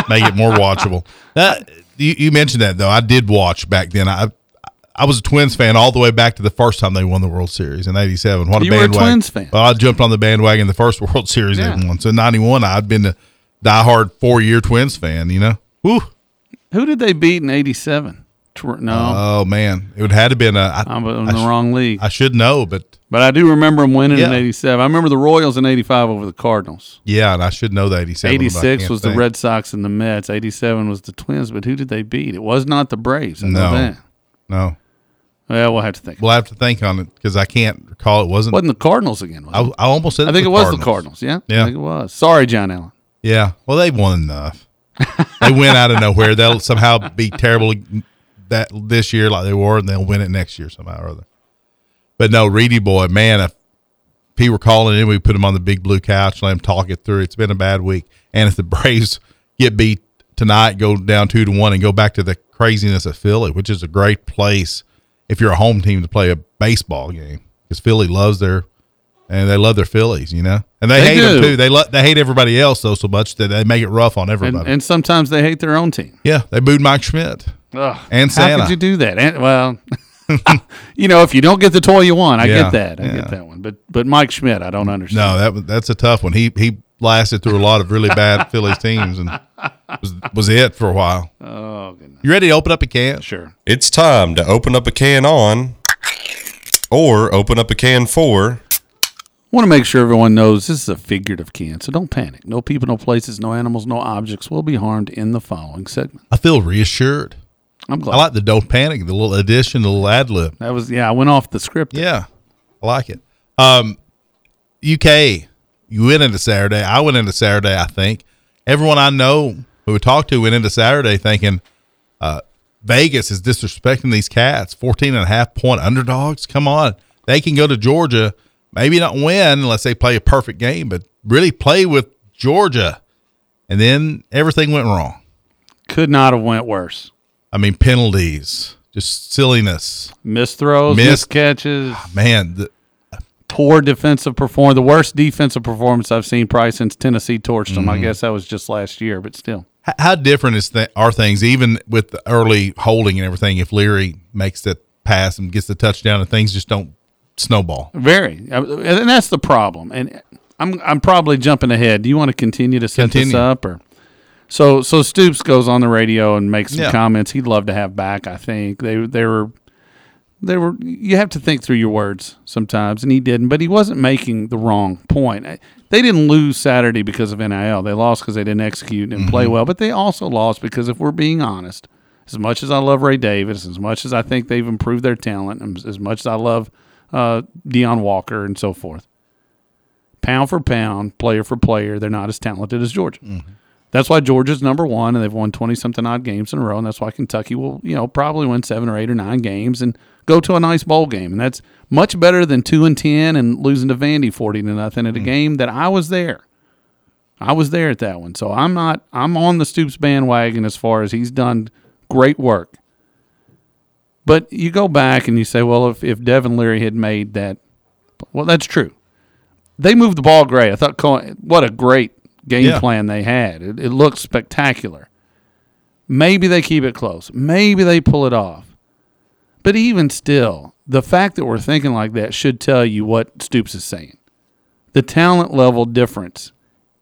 Speaker 3: make it more watchable. That, you, you mentioned that though. I did watch back then. I I was a Twins fan all the way back to the first time they won the World Series in '87. What a
Speaker 2: You were a
Speaker 3: bandwagon!
Speaker 2: Twins fan.
Speaker 3: Well, I jumped on the bandwagon the first World Series
Speaker 2: Yeah.
Speaker 3: they won. So in '91, I'd been a diehard four year Twins fan. You know, woo.
Speaker 2: Who did they beat in eighty seven? No,
Speaker 3: Oh man, it would had to been a. I,
Speaker 2: I'm in
Speaker 3: I
Speaker 2: the
Speaker 3: sh-
Speaker 2: wrong league.
Speaker 3: I should know, but
Speaker 2: but I do remember them winning in
Speaker 3: Yeah.
Speaker 2: eighty seven. I remember the Royals in eighty five over the Cardinals.
Speaker 3: Yeah, and I should know the 87. but I
Speaker 2: 86
Speaker 3: can't
Speaker 2: was
Speaker 3: think.
Speaker 2: the Red Sox and the Mets. 87 was the Twins, but who did they beat? It was not the Braves. I know
Speaker 3: No.
Speaker 2: that.
Speaker 3: No,
Speaker 2: Well, we'll have to think.
Speaker 3: we'll have to think on it because I can't recall. It wasn't.
Speaker 2: Wasn't the Cardinals again? Was
Speaker 3: I,
Speaker 2: it?
Speaker 3: I almost said
Speaker 2: I think
Speaker 3: the
Speaker 2: it was the
Speaker 3: Cardinals.
Speaker 2: Cardinals. Yeah,
Speaker 3: Yeah.
Speaker 2: I think it was. Sorry, John Allen.
Speaker 3: Yeah. Well, they've won enough. they went out of nowhere. They'll somehow be terrible that this year like they were, and they'll win it next year somehow or other. But no, Reedy boy, man, if he were calling in, we put him on the big blue couch, let him talk it through. It's been a bad week, and if the Braves get beat tonight, go down two to one, and go back to the craziness of Philly, which is a great place if you're a home team to play a baseball game because Philly loves their and they love their Phillies, you know, and they,
Speaker 2: They
Speaker 3: hate them
Speaker 2: do.
Speaker 3: too. They lo- they hate everybody else though so much that they make it rough on
Speaker 2: And,
Speaker 3: everybody.
Speaker 2: and sometimes they hate their own team.
Speaker 3: yeah, they booed Mike Schmidt.
Speaker 2: Ugh,
Speaker 3: And
Speaker 2: How
Speaker 3: Santa.
Speaker 2: could you do that? And, well, you know, if you don't get the toy you want, I
Speaker 3: Yeah,
Speaker 2: get that. I
Speaker 3: yeah.
Speaker 2: get that one. But but Mike Schmidt, I don't understand.
Speaker 3: No, that was that's a tough one. He he lasted through a lot of really bad Phillies teams and was was it for a while.
Speaker 2: Oh goodness.
Speaker 3: You ready to open up a can?
Speaker 2: Sure.
Speaker 1: It's time to open up a can on or open up a can for.
Speaker 2: want to make sure everyone knows this is a figurative can, so don't panic. No people, no places, no animals, no objects will be harmed in the following segment.
Speaker 3: I feel reassured.
Speaker 2: I'm glad
Speaker 3: I like the don't panic, the little addition, the little ad lib.
Speaker 2: that was yeah. I went off the script.
Speaker 3: Yeah, I like it. Um, UK, you went into Saturday. I went into Saturday. I think everyone I know who we talked to went into Saturday thinking uh, Vegas is disrespecting these cats. 14 and a half point underdogs. Come on, they can go to Georgia. Maybe not win unless they play a perfect game, but really play with Georgia. And then everything went wrong.
Speaker 2: Could not have went worse.
Speaker 3: I mean, penalties, just silliness.
Speaker 2: Missed throws, missed,
Speaker 3: Missed-
Speaker 2: catches,
Speaker 3: Man, the,
Speaker 2: poor defensive performance. The worst defensive performance I've seen probably since Tennessee torched them. I guess that was just last year, but still.
Speaker 3: H- How different is that are things even with the early holding and everything? If Leary makes that pass and gets the touchdown, and things just don't snowball.
Speaker 2: Very, Uh, and that's the problem. And I'm I'm probably jumping ahead. Do you want to continue to set this
Speaker 3: Continue.
Speaker 2: up or? So so Stoops goes on the radio and makes some
Speaker 3: Yeah.
Speaker 2: comments. He'd love to have back. I think they they were they were. You have to think through your words sometimes, and he didn't. But he wasn't making the wrong point. I- They didn't lose Saturday because of NIL. They lost because they didn't execute and play well. But they also lost because, if we're being honest, as much as I love Ray Davis, as much as I think they've improved their talent, and as much as I love uh, Deion Walker and so forth, pound for pound, player for player, they're not as talented as Georgia. That's why Georgia's number one, and they've won twenty something odd games in a row, and that's why Kentucky will, you know, probably win seven or eight or nine games and go to a nice bowl game, and that's much better than two and ten and losing to Vandy forty to nothing at a game that I was there. I was there at that one, so I'm not. I'm on the Stoops bandwagon as far as he's done great work. But you go back and you say, well, if, if Devin Leary had made that, well, that's true. They moved the ball great. I thought, Cohen- what a great game
Speaker 3: Yeah.
Speaker 2: plan they had. It, it looked spectacular. Maybe they keep it close. Maybe they pull it off. But even still, the fact that we're thinking like that should tell you what Stoops is saying. The talent level difference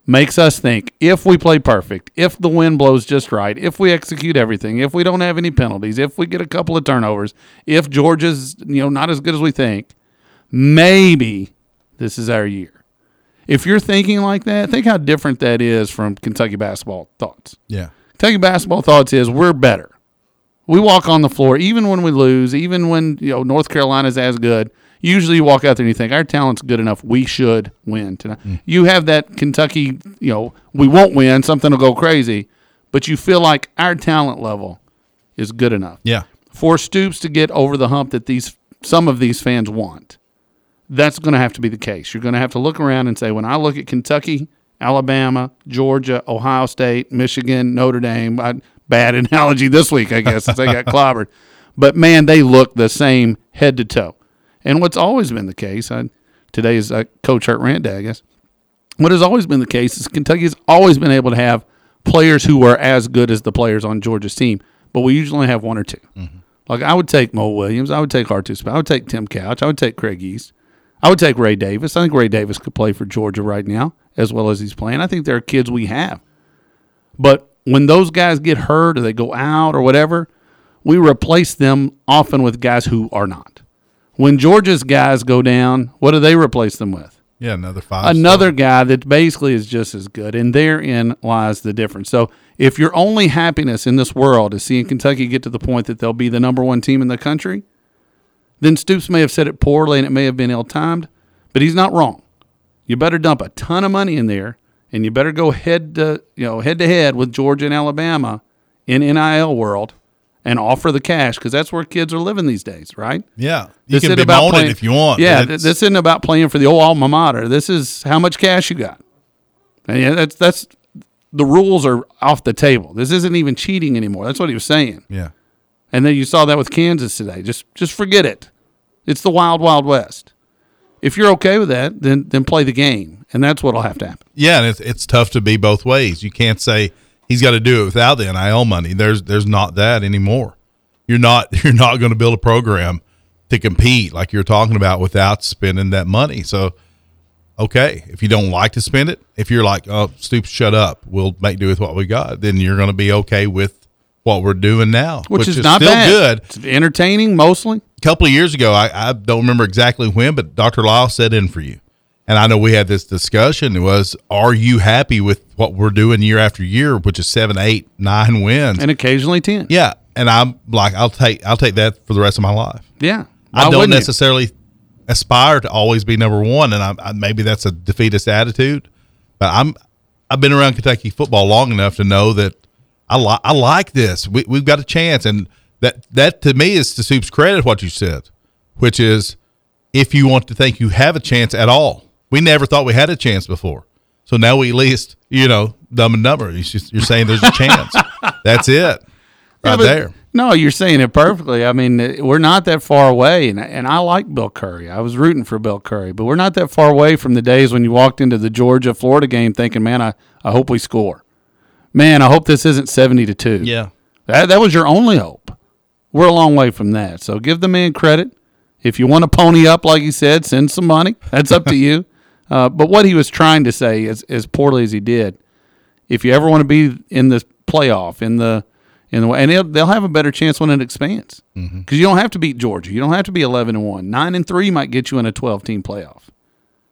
Speaker 2: makes us think if we play perfect, if the wind blows just right, if we execute everything, if we don't have any penalties, if we get a couple of turnovers, if Georgia's, you know, not as good as we think, maybe this is our year. If you're thinking like that, think how different that is from Kentucky basketball thoughts.
Speaker 3: Yeah,
Speaker 2: Kentucky basketball thoughts is we're better. We walk on the floor even when we lose, even when you know North Carolina's as good. Usually, you walk out there and you think our talent's good enough. We should win tonight. You have that Kentucky, you know, we won't win. Something will go crazy, but you feel like our talent level is good enough
Speaker 3: yeah.
Speaker 2: for Stoops to get over the hump that these some of these fans want. That's going to have to be the case. You're going to have to look around and say, when I look at Kentucky, Alabama, Georgia, Ohio State, Michigan, Notre Dame, I, bad analogy this week, I guess, since they got clobbered. But man, they look the same head to toe. And what's always been the case, I, today is uh, Coach Hurt Rand Day, I guess. What has always been the case is Kentucky has always been able to have players who are as good as the players on Georgia's team, but we usually only have one or 2 Like I would take Mo Williams, I would take R2 Smith, I would take Tim Couch, I would take Craig East, I would take Ray Davis. I think Ray Davis could play for Georgia right now as well as he's playing. I think there are kids we have, but when those guys get hurt or they go out or whatever, we replace them often with guys who are not. When Georgia's guys go down, what do they replace them with?
Speaker 3: Yeah, another five.
Speaker 2: another guy that basically is just as good, and therein lies the difference. So, if your only happiness in this world is seeing Kentucky get to the point that they'll be the number one team in the country, then Stoops may have said it poorly and it may have been ill timed, but he's not wrong. You better dump a ton of money in there, and you better go head to you know head to head with Georgia and Alabama in NIL world, and offer the cash because that's where kids are living these days, right?
Speaker 3: Yeah, you
Speaker 2: This
Speaker 3: can
Speaker 2: isn't
Speaker 3: be
Speaker 2: about
Speaker 3: moaning
Speaker 2: playing-
Speaker 3: if you want.
Speaker 2: Yeah,
Speaker 3: but
Speaker 2: th-
Speaker 3: it's-
Speaker 2: this isn't about playing for the old alma mater. This is how much cash you got. And yeah, that's that's the rules are off the table. This isn't even cheating anymore. That's what he was saying.
Speaker 3: yeah.
Speaker 2: And then you saw that with Kansas today. Just just forget it. It's the wild wild west. if you're okay with that, then then play the game, and that's what'll have to happen.
Speaker 3: Yeah, and it's, it's tough to be both ways. You can't say he's got to do it without the NIL money. There's there's not that anymore. You're not you're not going to build a program to compete like you're talking about without spending that money. So okay, if you don't like to spend it, if you're like oh Stoops, shut up, we'll make do with what we got, then you're going to be okay with what we're doing now,
Speaker 2: Which, is, not
Speaker 3: still
Speaker 2: bad.
Speaker 3: good
Speaker 2: It's entertaining mostly.
Speaker 3: couple of years ago, I, I don't remember exactly when, but Dr. Lyle set in for you. And I know we had this discussion. It was, are you happy with what we're doing year after year, which is seven, eight, nine wins?
Speaker 2: and occasionally ten.
Speaker 3: yeah. And I'm like, I'll take I'll take that for the rest of my life.
Speaker 2: yeah.
Speaker 3: I
Speaker 2: Why
Speaker 3: don't
Speaker 2: wouldn't you?
Speaker 3: necessarily aspire to always be number one, and I, I, maybe that's a defeatist attitude. But I'm I've been around Kentucky football long enough to know that I li- I like this. We, we've got a chance, and that that to me is to Soup's credit what you said, which is if you want to think you have a chance at all. We never thought we had a chance before, so now we at least you know dumb and dumber. You're, just, you're saying there's a chance. That's it,
Speaker 2: Yeah,
Speaker 3: right
Speaker 2: but-
Speaker 3: there.
Speaker 2: No, you're saying it perfectly. I mean, uh, we're not that far away, and and I like Bill Curry. I was rooting for Bill Curry, but we're not that far away from the days when you walked into the Georgia Florida game thinking, "Man, I, I hope we score. Man, I hope this isn't seventy to two. that that was your only hope. We're a long way from that. So give the man credit. If you want to pony up, like he said, send some money. That's up to you. Uh, but what he was trying to say, as as poorly as he did, if you ever want to be in the playoff, in the in the and they'll, they'll have a better chance when it expands because you don't have to beat Georgia. You don't have to be eleven and one. Nine and three might get you in a twelve team playoff.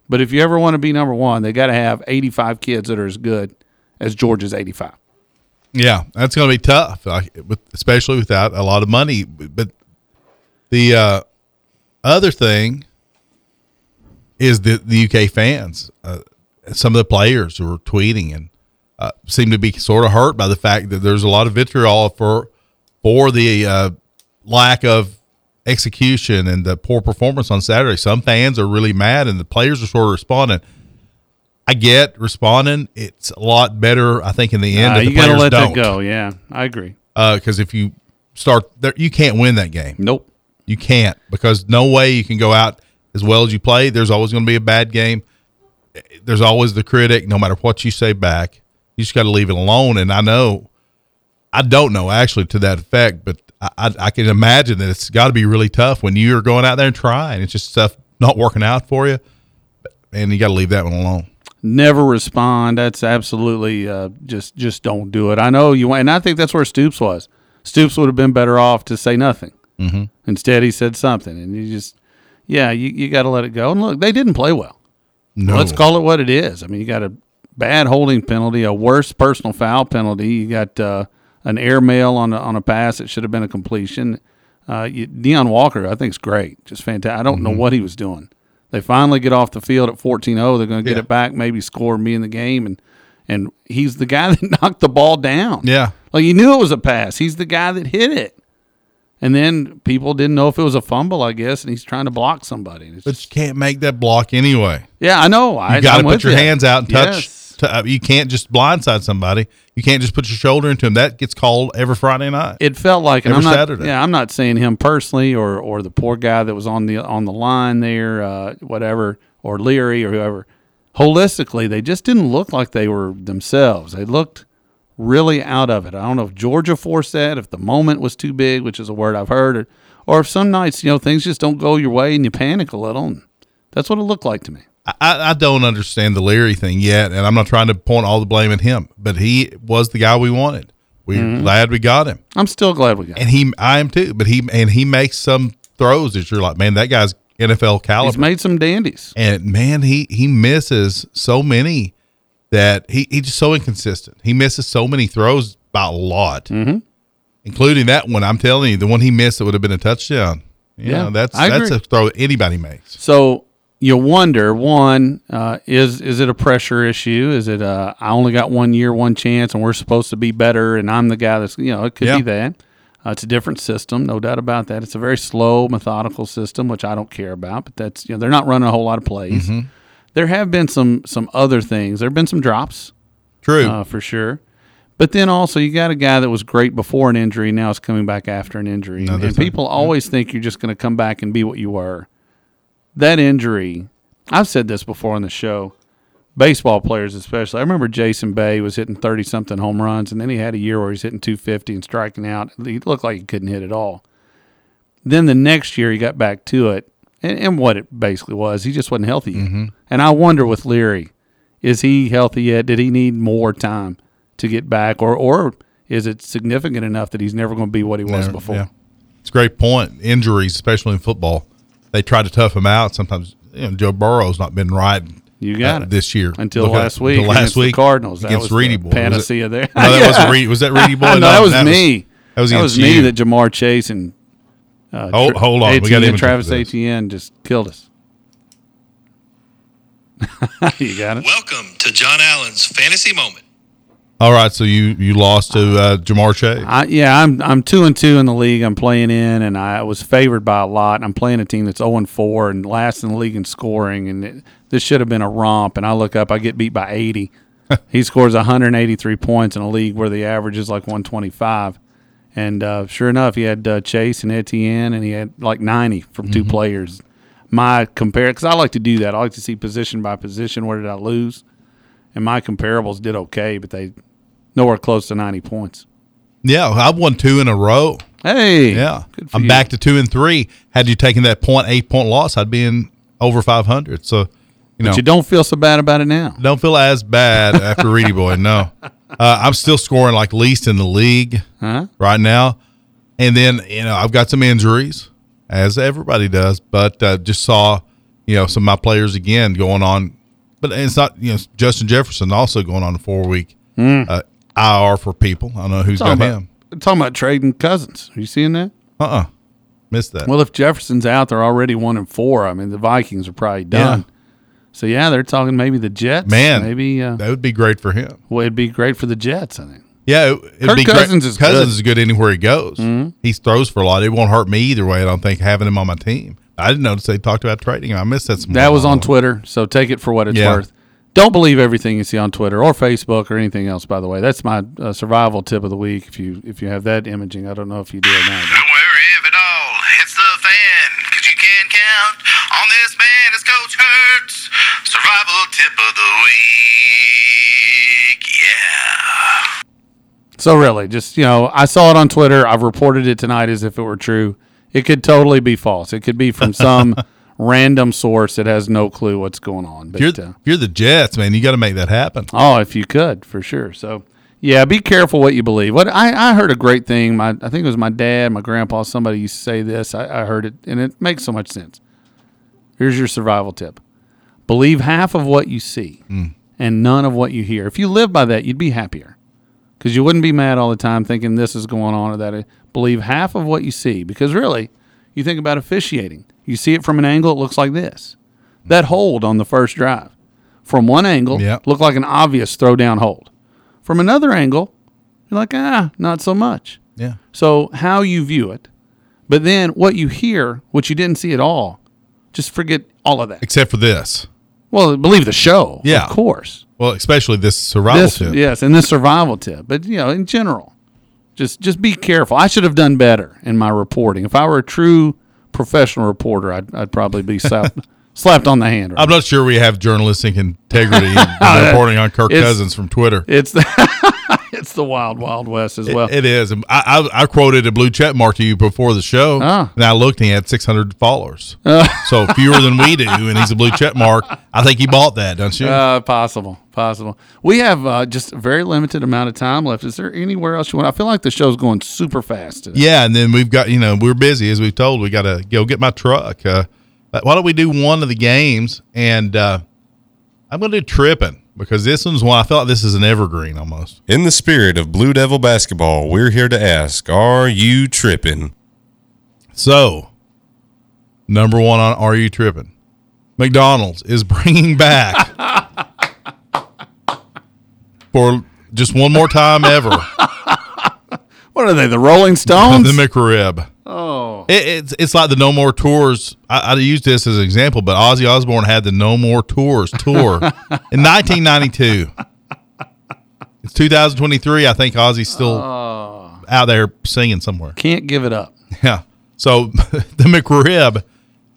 Speaker 2: But if you ever want to be number one, they got to have eighty five kids that are as good as Georgia's eighty five.
Speaker 3: Yeah, that's going to be tough, like, with, especially without a lot of money. But the uh, other thing is the, the UK fans. Uh, some of the players who are tweeting and uh, seem to be sort of hurt by the fact that there's a lot of vitriol for for the uh, lack of execution and the poor performance on Saturday. Some fans are really mad, and the players are sort of responding. I get responding. It's a lot better, I think, in the end.
Speaker 2: Uh,
Speaker 3: if the
Speaker 2: you gotta
Speaker 3: players
Speaker 2: let that
Speaker 3: don't
Speaker 2: go. Yeah, I agree.
Speaker 3: because Uh, if you start there, you can't win that game.
Speaker 2: Nope.
Speaker 3: You can't because no way you can go out as well as you play. There's always going to be a bad game. There's always the critic, no matter what you say back. You just got to leave it alone. And I know, I don't know actually to that effect, but I, I, I can imagine that it's got to be really tough when you're going out there and trying. It's just stuff not working out for you, and you got to leave that one alone.
Speaker 2: Never respond. That's absolutely uh, just just don't do it. I know you, and I think that's where Stoops was. Stoops would have been better off to say nothing. Mm-hmm. Instead, he said something, and you just yeah, you you got to let it go. And look, they didn't play well.
Speaker 3: No,
Speaker 2: Let's call it what it is. I mean, you got a bad holding penalty, a worse personal foul penalty. You got uh, an airmail on a, on a pass that should have been a completion. Uh, you, Deion Walker, I think, is great. Just fantastic. I don't
Speaker 3: Mm-hmm.
Speaker 2: know what he was doing. They finally get off the field at 14 0. They're going to get
Speaker 3: Yeah.
Speaker 2: it back, maybe score me in the game. And, and he's the guy that knocked the ball down.
Speaker 3: Yeah,
Speaker 2: Like you knew it was a pass. He's the guy that hit it. And then people didn't know if it was a fumble, I guess, and he's trying to block somebody. And it's
Speaker 3: but you can't make that block anyway.
Speaker 2: yeah, I know. I
Speaker 3: You got to
Speaker 2: I'm
Speaker 3: put
Speaker 2: with
Speaker 3: your
Speaker 2: you.
Speaker 3: hands out and touch.
Speaker 2: Yes.
Speaker 3: t- uh, you can't just blindside somebody. You can't just put your shoulder into them. That gets called every Friday night.
Speaker 2: It felt like, and
Speaker 3: Every
Speaker 2: I'm not,
Speaker 3: Saturday.
Speaker 2: yeah, I'm not saying him personally or or the poor guy that was on the on the line there, uh, whatever, or Leary or whoever. Holistically, they just didn't look like they were themselves. They looked really out of it. I don't know if Georgia forced that, if the moment was too big, which is a word I've heard, or, or if some nights you know things just don't go your way and you panic a little. And that's what it looked like to me.
Speaker 3: I, I I don't understand the Leary thing yet, and I'm not trying to point all the blame at him, but he was the guy we wanted. We're
Speaker 2: Mm-hmm.
Speaker 3: glad we got him,
Speaker 2: I'm still glad we got. him.
Speaker 3: and he I am too. But he and he makes some throws that you're like, man, that guy's NFL
Speaker 2: He's
Speaker 3: caliber.
Speaker 2: made some dandies.
Speaker 3: and man, he he misses so many that he he's just so inconsistent. He misses so many throws by a lot,
Speaker 2: Mm-hmm.
Speaker 3: including that one. I'm telling you, the one he missed that would have been a touchdown.
Speaker 2: Yeah,
Speaker 3: yeah, that's
Speaker 2: I
Speaker 3: that's
Speaker 2: agree.
Speaker 3: a throw anybody makes.
Speaker 2: So you wonder one uh, is is it a pressure issue? Is it uh, I only got one year, one chance, and we're supposed to be better, and I'm the guy that's you know it could
Speaker 3: Yeah.
Speaker 2: be that. Uh, it's a different system, no doubt about that. It's a very slow, methodical system, which I don't care about. But that's you know they're not running a whole lot of plays. There have been some some other things. There have been some drops
Speaker 3: True.
Speaker 2: uh, for sure. But then also, you got a guy that was great before an injury, now is coming back after an injury. And,
Speaker 3: Another
Speaker 2: and
Speaker 3: thing,
Speaker 2: people always think you're just going to come back and be what you were. That injury I've said this before on the show. Baseball players, especially. I remember Jason Bay was hitting 30 something home runs, and then he had a year where he's hitting 250 and striking out. He looked like he couldn't hit at all. Then the next year, he got back to it. And, and what it basically was, he just wasn't healthy yet.
Speaker 3: Mm-hmm.
Speaker 2: And I wonder with Leary, is he healthy yet? Did he need more time to get back? Or, or is it significant enough that he's never going to be what he was
Speaker 3: Never-
Speaker 2: before?
Speaker 3: yeah. It's a great point. Injuries, especially in football, they try to tough him out. Sometimes you know, Joe Burrow's not been right. uh,
Speaker 2: You got it.
Speaker 3: this year
Speaker 2: Until
Speaker 3: Look at-
Speaker 2: last week.
Speaker 3: Until
Speaker 2: against
Speaker 3: last
Speaker 2: the
Speaker 3: week,
Speaker 2: Cardinals. That
Speaker 3: against
Speaker 2: was
Speaker 3: Reedy
Speaker 2: the
Speaker 3: Boy. Was it-
Speaker 2: panacea there.
Speaker 3: No, that wasn't Reedy. Was Oh, that Reedy Boy?
Speaker 2: Oh, no, that was me.
Speaker 3: that was
Speaker 2: that was
Speaker 3: against
Speaker 2: me
Speaker 3: you.
Speaker 2: that Jamar Chase and uh,
Speaker 3: Hold-
Speaker 2: Tra-
Speaker 3: hold on. We gotta
Speaker 2: Etienne,
Speaker 3: even
Speaker 2: Travis
Speaker 3: talk about this.
Speaker 2: Etienne just killed us. you got it.
Speaker 4: Welcome to John Allen's fantasy moment.
Speaker 3: All right, so you you lost to uh, Jamar Chase.
Speaker 2: I, yeah, I'm I'm two and two in the league. I'm playing in, and I was favored by a lot. I'm playing a team that's zero and four and last in the league in scoring, and it, this should have been a romp. And I look up, I get beat by eighty. he scores 183 points in a league where the average is like 125, and uh, sure enough, he had uh, Chase and Etienne, and he had like 90 from two players. My compare because I like to do that. I like to see position by position. Where did I lose? And my comparables did okay, but they nowhere close to 90 points.
Speaker 3: yeah, I've won two in a row.
Speaker 2: Hey,
Speaker 3: Yeah,
Speaker 2: good for
Speaker 3: I'm
Speaker 2: you.
Speaker 3: back to two and three. Had you taken that point eight point loss, I'd be in over 500. So, you know,
Speaker 2: But you don't feel so bad about it now.
Speaker 3: don't feel as bad after Reedy Boy. No, uh, I'm still scoring like least in the league
Speaker 2: Huh?
Speaker 3: right now. And then you know I've got some injuries, as everybody does. But uh, just saw you know some of my players again going on, but it's not you know Justin Jefferson also going on a four week uh, IR for people. I don't know who's got
Speaker 2: Talking Hmm. about,
Speaker 3: him.
Speaker 2: talking about trading cousins. Are you seeing that?
Speaker 3: Uh uh missed that.
Speaker 2: Well, if Jefferson's out, they're already one and four. I mean, the Vikings are probably done. So yeah, they're talking maybe the Jets.
Speaker 3: Man,
Speaker 2: maybe uh,
Speaker 3: that would be great for him.
Speaker 2: well, it'd be great for the Jets. I think.
Speaker 3: Yeah, it, it'd
Speaker 2: Kirk
Speaker 3: be
Speaker 2: Cousins
Speaker 3: great.
Speaker 2: is
Speaker 3: Cousins
Speaker 2: good. Mm-hmm.
Speaker 3: is good anywhere he goes. He throws for a lot. It won't hurt me either way. I don't think having him on my team. I didn't notice they talked about trading him. I missed that. Some
Speaker 2: That was on Twitter, so take it for what it's
Speaker 3: Yeah.
Speaker 2: worth. Don't believe everything you see on Twitter or Facebook or anything else. By the way, that's my uh, survival tip of the week. If you if you have that imaging, I don't know if you do or not.
Speaker 5: Don't worry if it all hits the fan, cause you can count on this man as Coach Hurts. Survival tip of the week. Yeah.
Speaker 2: So really, just you know, I saw it on Twitter. I've reported it tonight as if it were true. It could totally be false. It could be from some random source that has no clue what's going on. But
Speaker 3: If you're,
Speaker 2: uh,
Speaker 3: if you're the Jets, man, you got to make that happen.
Speaker 2: oh, if you could, for sure. So yeah, be careful what you believe. What I, I heard a great thing. My I think it was my dad, my grandpa, somebody used to say this. I, I heard it, and it makes so much sense. Here's your survival tip: believe half of what you see and none of what you hear. If you live by that, you'd be happier because you wouldn't be mad all the time thinking this is going on or that. Believe half of what you see because really, you think about officiating. You see it from an angle, it looks like this. That hold on the first drive from one angle
Speaker 3: Yeah.
Speaker 2: looked like an obvious throw down hold. From another angle, you're like, ah, not so much.
Speaker 3: Yeah.
Speaker 2: So how you view it, but then what you hear, what you didn't see at all, just forget all of that.
Speaker 3: Except for this.
Speaker 2: Well, believe the show,
Speaker 3: Yeah.
Speaker 2: of course.
Speaker 3: Well, especially this survival
Speaker 2: This-
Speaker 3: tip.
Speaker 2: Yes, and this survival tip, but you know, in general, just just be careful. I should have done better in my reporting. If I were a true professional reporter, I'd, I'd probably be slapped, slapped on the hand. Right?
Speaker 3: I'm not sure we have journalistic integrity in in reporting on Kirk
Speaker 2: It's-
Speaker 3: Cousins from Twitter.
Speaker 2: It's the it's the wild wild west as well.
Speaker 3: it is. I, I, I quoted a blue check mark to you before the show,
Speaker 2: Ah.
Speaker 3: and I looked and he had 600 followers. so fewer than we do, and he's a blue check mark. I think he bought that, don't you?
Speaker 2: Uh, possible, possible. We have uh, just a very limited amount of time left. Is there anywhere else you want? I feel like the show's going super fast today.
Speaker 3: yeah, and then we've got, you know, we're busy as we've told. We got to go get my truck. Uh, but why don't we do one of the games? And uh, I'm going to do tripping because this one's one I feel like this is an evergreen almost.
Speaker 1: In the spirit of Blue Devil basketball, we're here to ask Are you tripping?
Speaker 3: So, number one on Are You Tripping? McDonald's is bringing back for just one more time ever
Speaker 2: What are they? The Rolling Stones?
Speaker 3: the McRib.
Speaker 2: oh,
Speaker 3: It, it's it's like the No More Tours. I, I use this as an example, but Ozzy Osbourne had the No More Tours tour in 1992. It's 2023. I think Ozzy's still
Speaker 2: Oh.
Speaker 3: out there singing somewhere.
Speaker 2: can't give it up.
Speaker 3: Yeah. So the McRib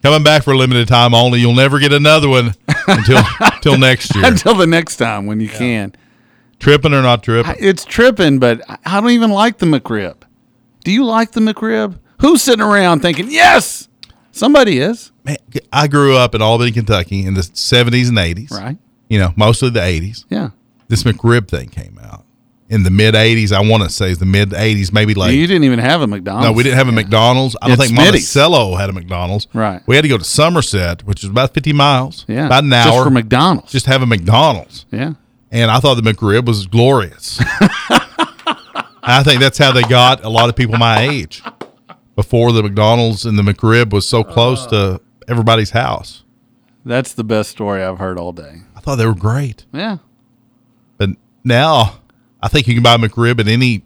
Speaker 3: Coming back for a limited time only. You'll never get another one until until next year.
Speaker 2: Until the next time when you can.
Speaker 3: Tripping or not tripping.
Speaker 2: I- It's tripping, but I- I don't even like the McRib. Do you like the McRib? Who's sitting around thinking, yes, somebody is,
Speaker 3: man, I grew up in Albany, Kentucky in the 70s and 80s.
Speaker 2: right?
Speaker 3: You know, mostly the 80s.
Speaker 2: Yeah.
Speaker 3: This McRib thing came out in the mid 80s. I want to say it's the mid 80s, maybe late.
Speaker 2: you didn't even have a McDonald's.
Speaker 3: no, we didn't have a McDonald's. I
Speaker 2: You
Speaker 3: don't
Speaker 2: had
Speaker 3: think
Speaker 2: Smitty's.
Speaker 3: Monticello had a McDonald's.
Speaker 2: Right.
Speaker 3: We had to go to Somerset, which is about 50 miles.
Speaker 2: Yeah.
Speaker 3: About an hour.
Speaker 2: Just for McDonald's.
Speaker 3: just have a McDonald's.
Speaker 2: yeah.
Speaker 3: And I thought the McRib was glorious. And I think that's how they got a lot of people my age before the McDonald's and the McRib was so close to everybody's house.
Speaker 2: That's the best story I've heard all day.
Speaker 3: I thought they were great.
Speaker 2: Yeah.
Speaker 3: But now I think you can buy McRib at any,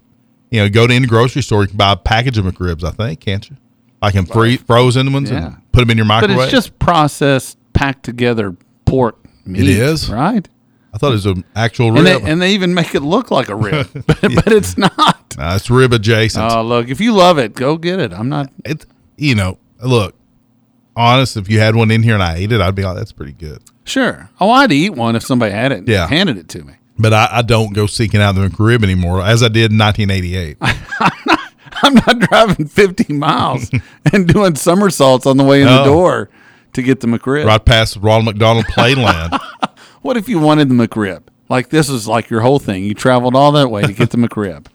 Speaker 3: you know, go to any grocery store. You can buy a package of McRibs, I think, can't you? Like in free, frozen ones
Speaker 2: Yeah.
Speaker 3: and put them in your
Speaker 2: But
Speaker 3: microwave.
Speaker 2: it's just processed, packed together pork meat.
Speaker 3: is.
Speaker 2: Right?
Speaker 3: I thought it was an actual
Speaker 2: And
Speaker 3: rib.
Speaker 2: they, and they even make it look like a rib, but, but it's not.
Speaker 3: Nah, it's rib adjacent.
Speaker 2: Oh, look, if you love it, go get it. I'm not.
Speaker 3: it, you know, look, honest, if you had one in here and I ate it, I'd be like, that's pretty good.
Speaker 2: Sure. Oh, I'd eat one if somebody had it and
Speaker 3: Yeah.
Speaker 2: handed it to me.
Speaker 3: But I, I don't go seeking out the McRib anymore, as I did in 1988.
Speaker 2: I'm not driving 50 miles and doing somersaults on the way in the
Speaker 3: No.
Speaker 2: door to get the McRib.
Speaker 3: right past Ronald McDonald Playland.
Speaker 2: What if you wanted the McRib? Like this was like your whole thing. You traveled all that way to get the McRib,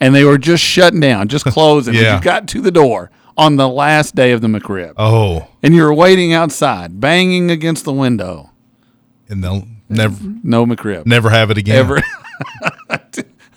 Speaker 2: and they were just shutting down, just closing. And
Speaker 3: Yeah.
Speaker 2: You got to the door on the last day of the McRib,
Speaker 3: oh,
Speaker 2: and you were waiting outside, banging against the window.
Speaker 3: and they'll never,
Speaker 2: No McRib,
Speaker 3: never have it again.
Speaker 2: ever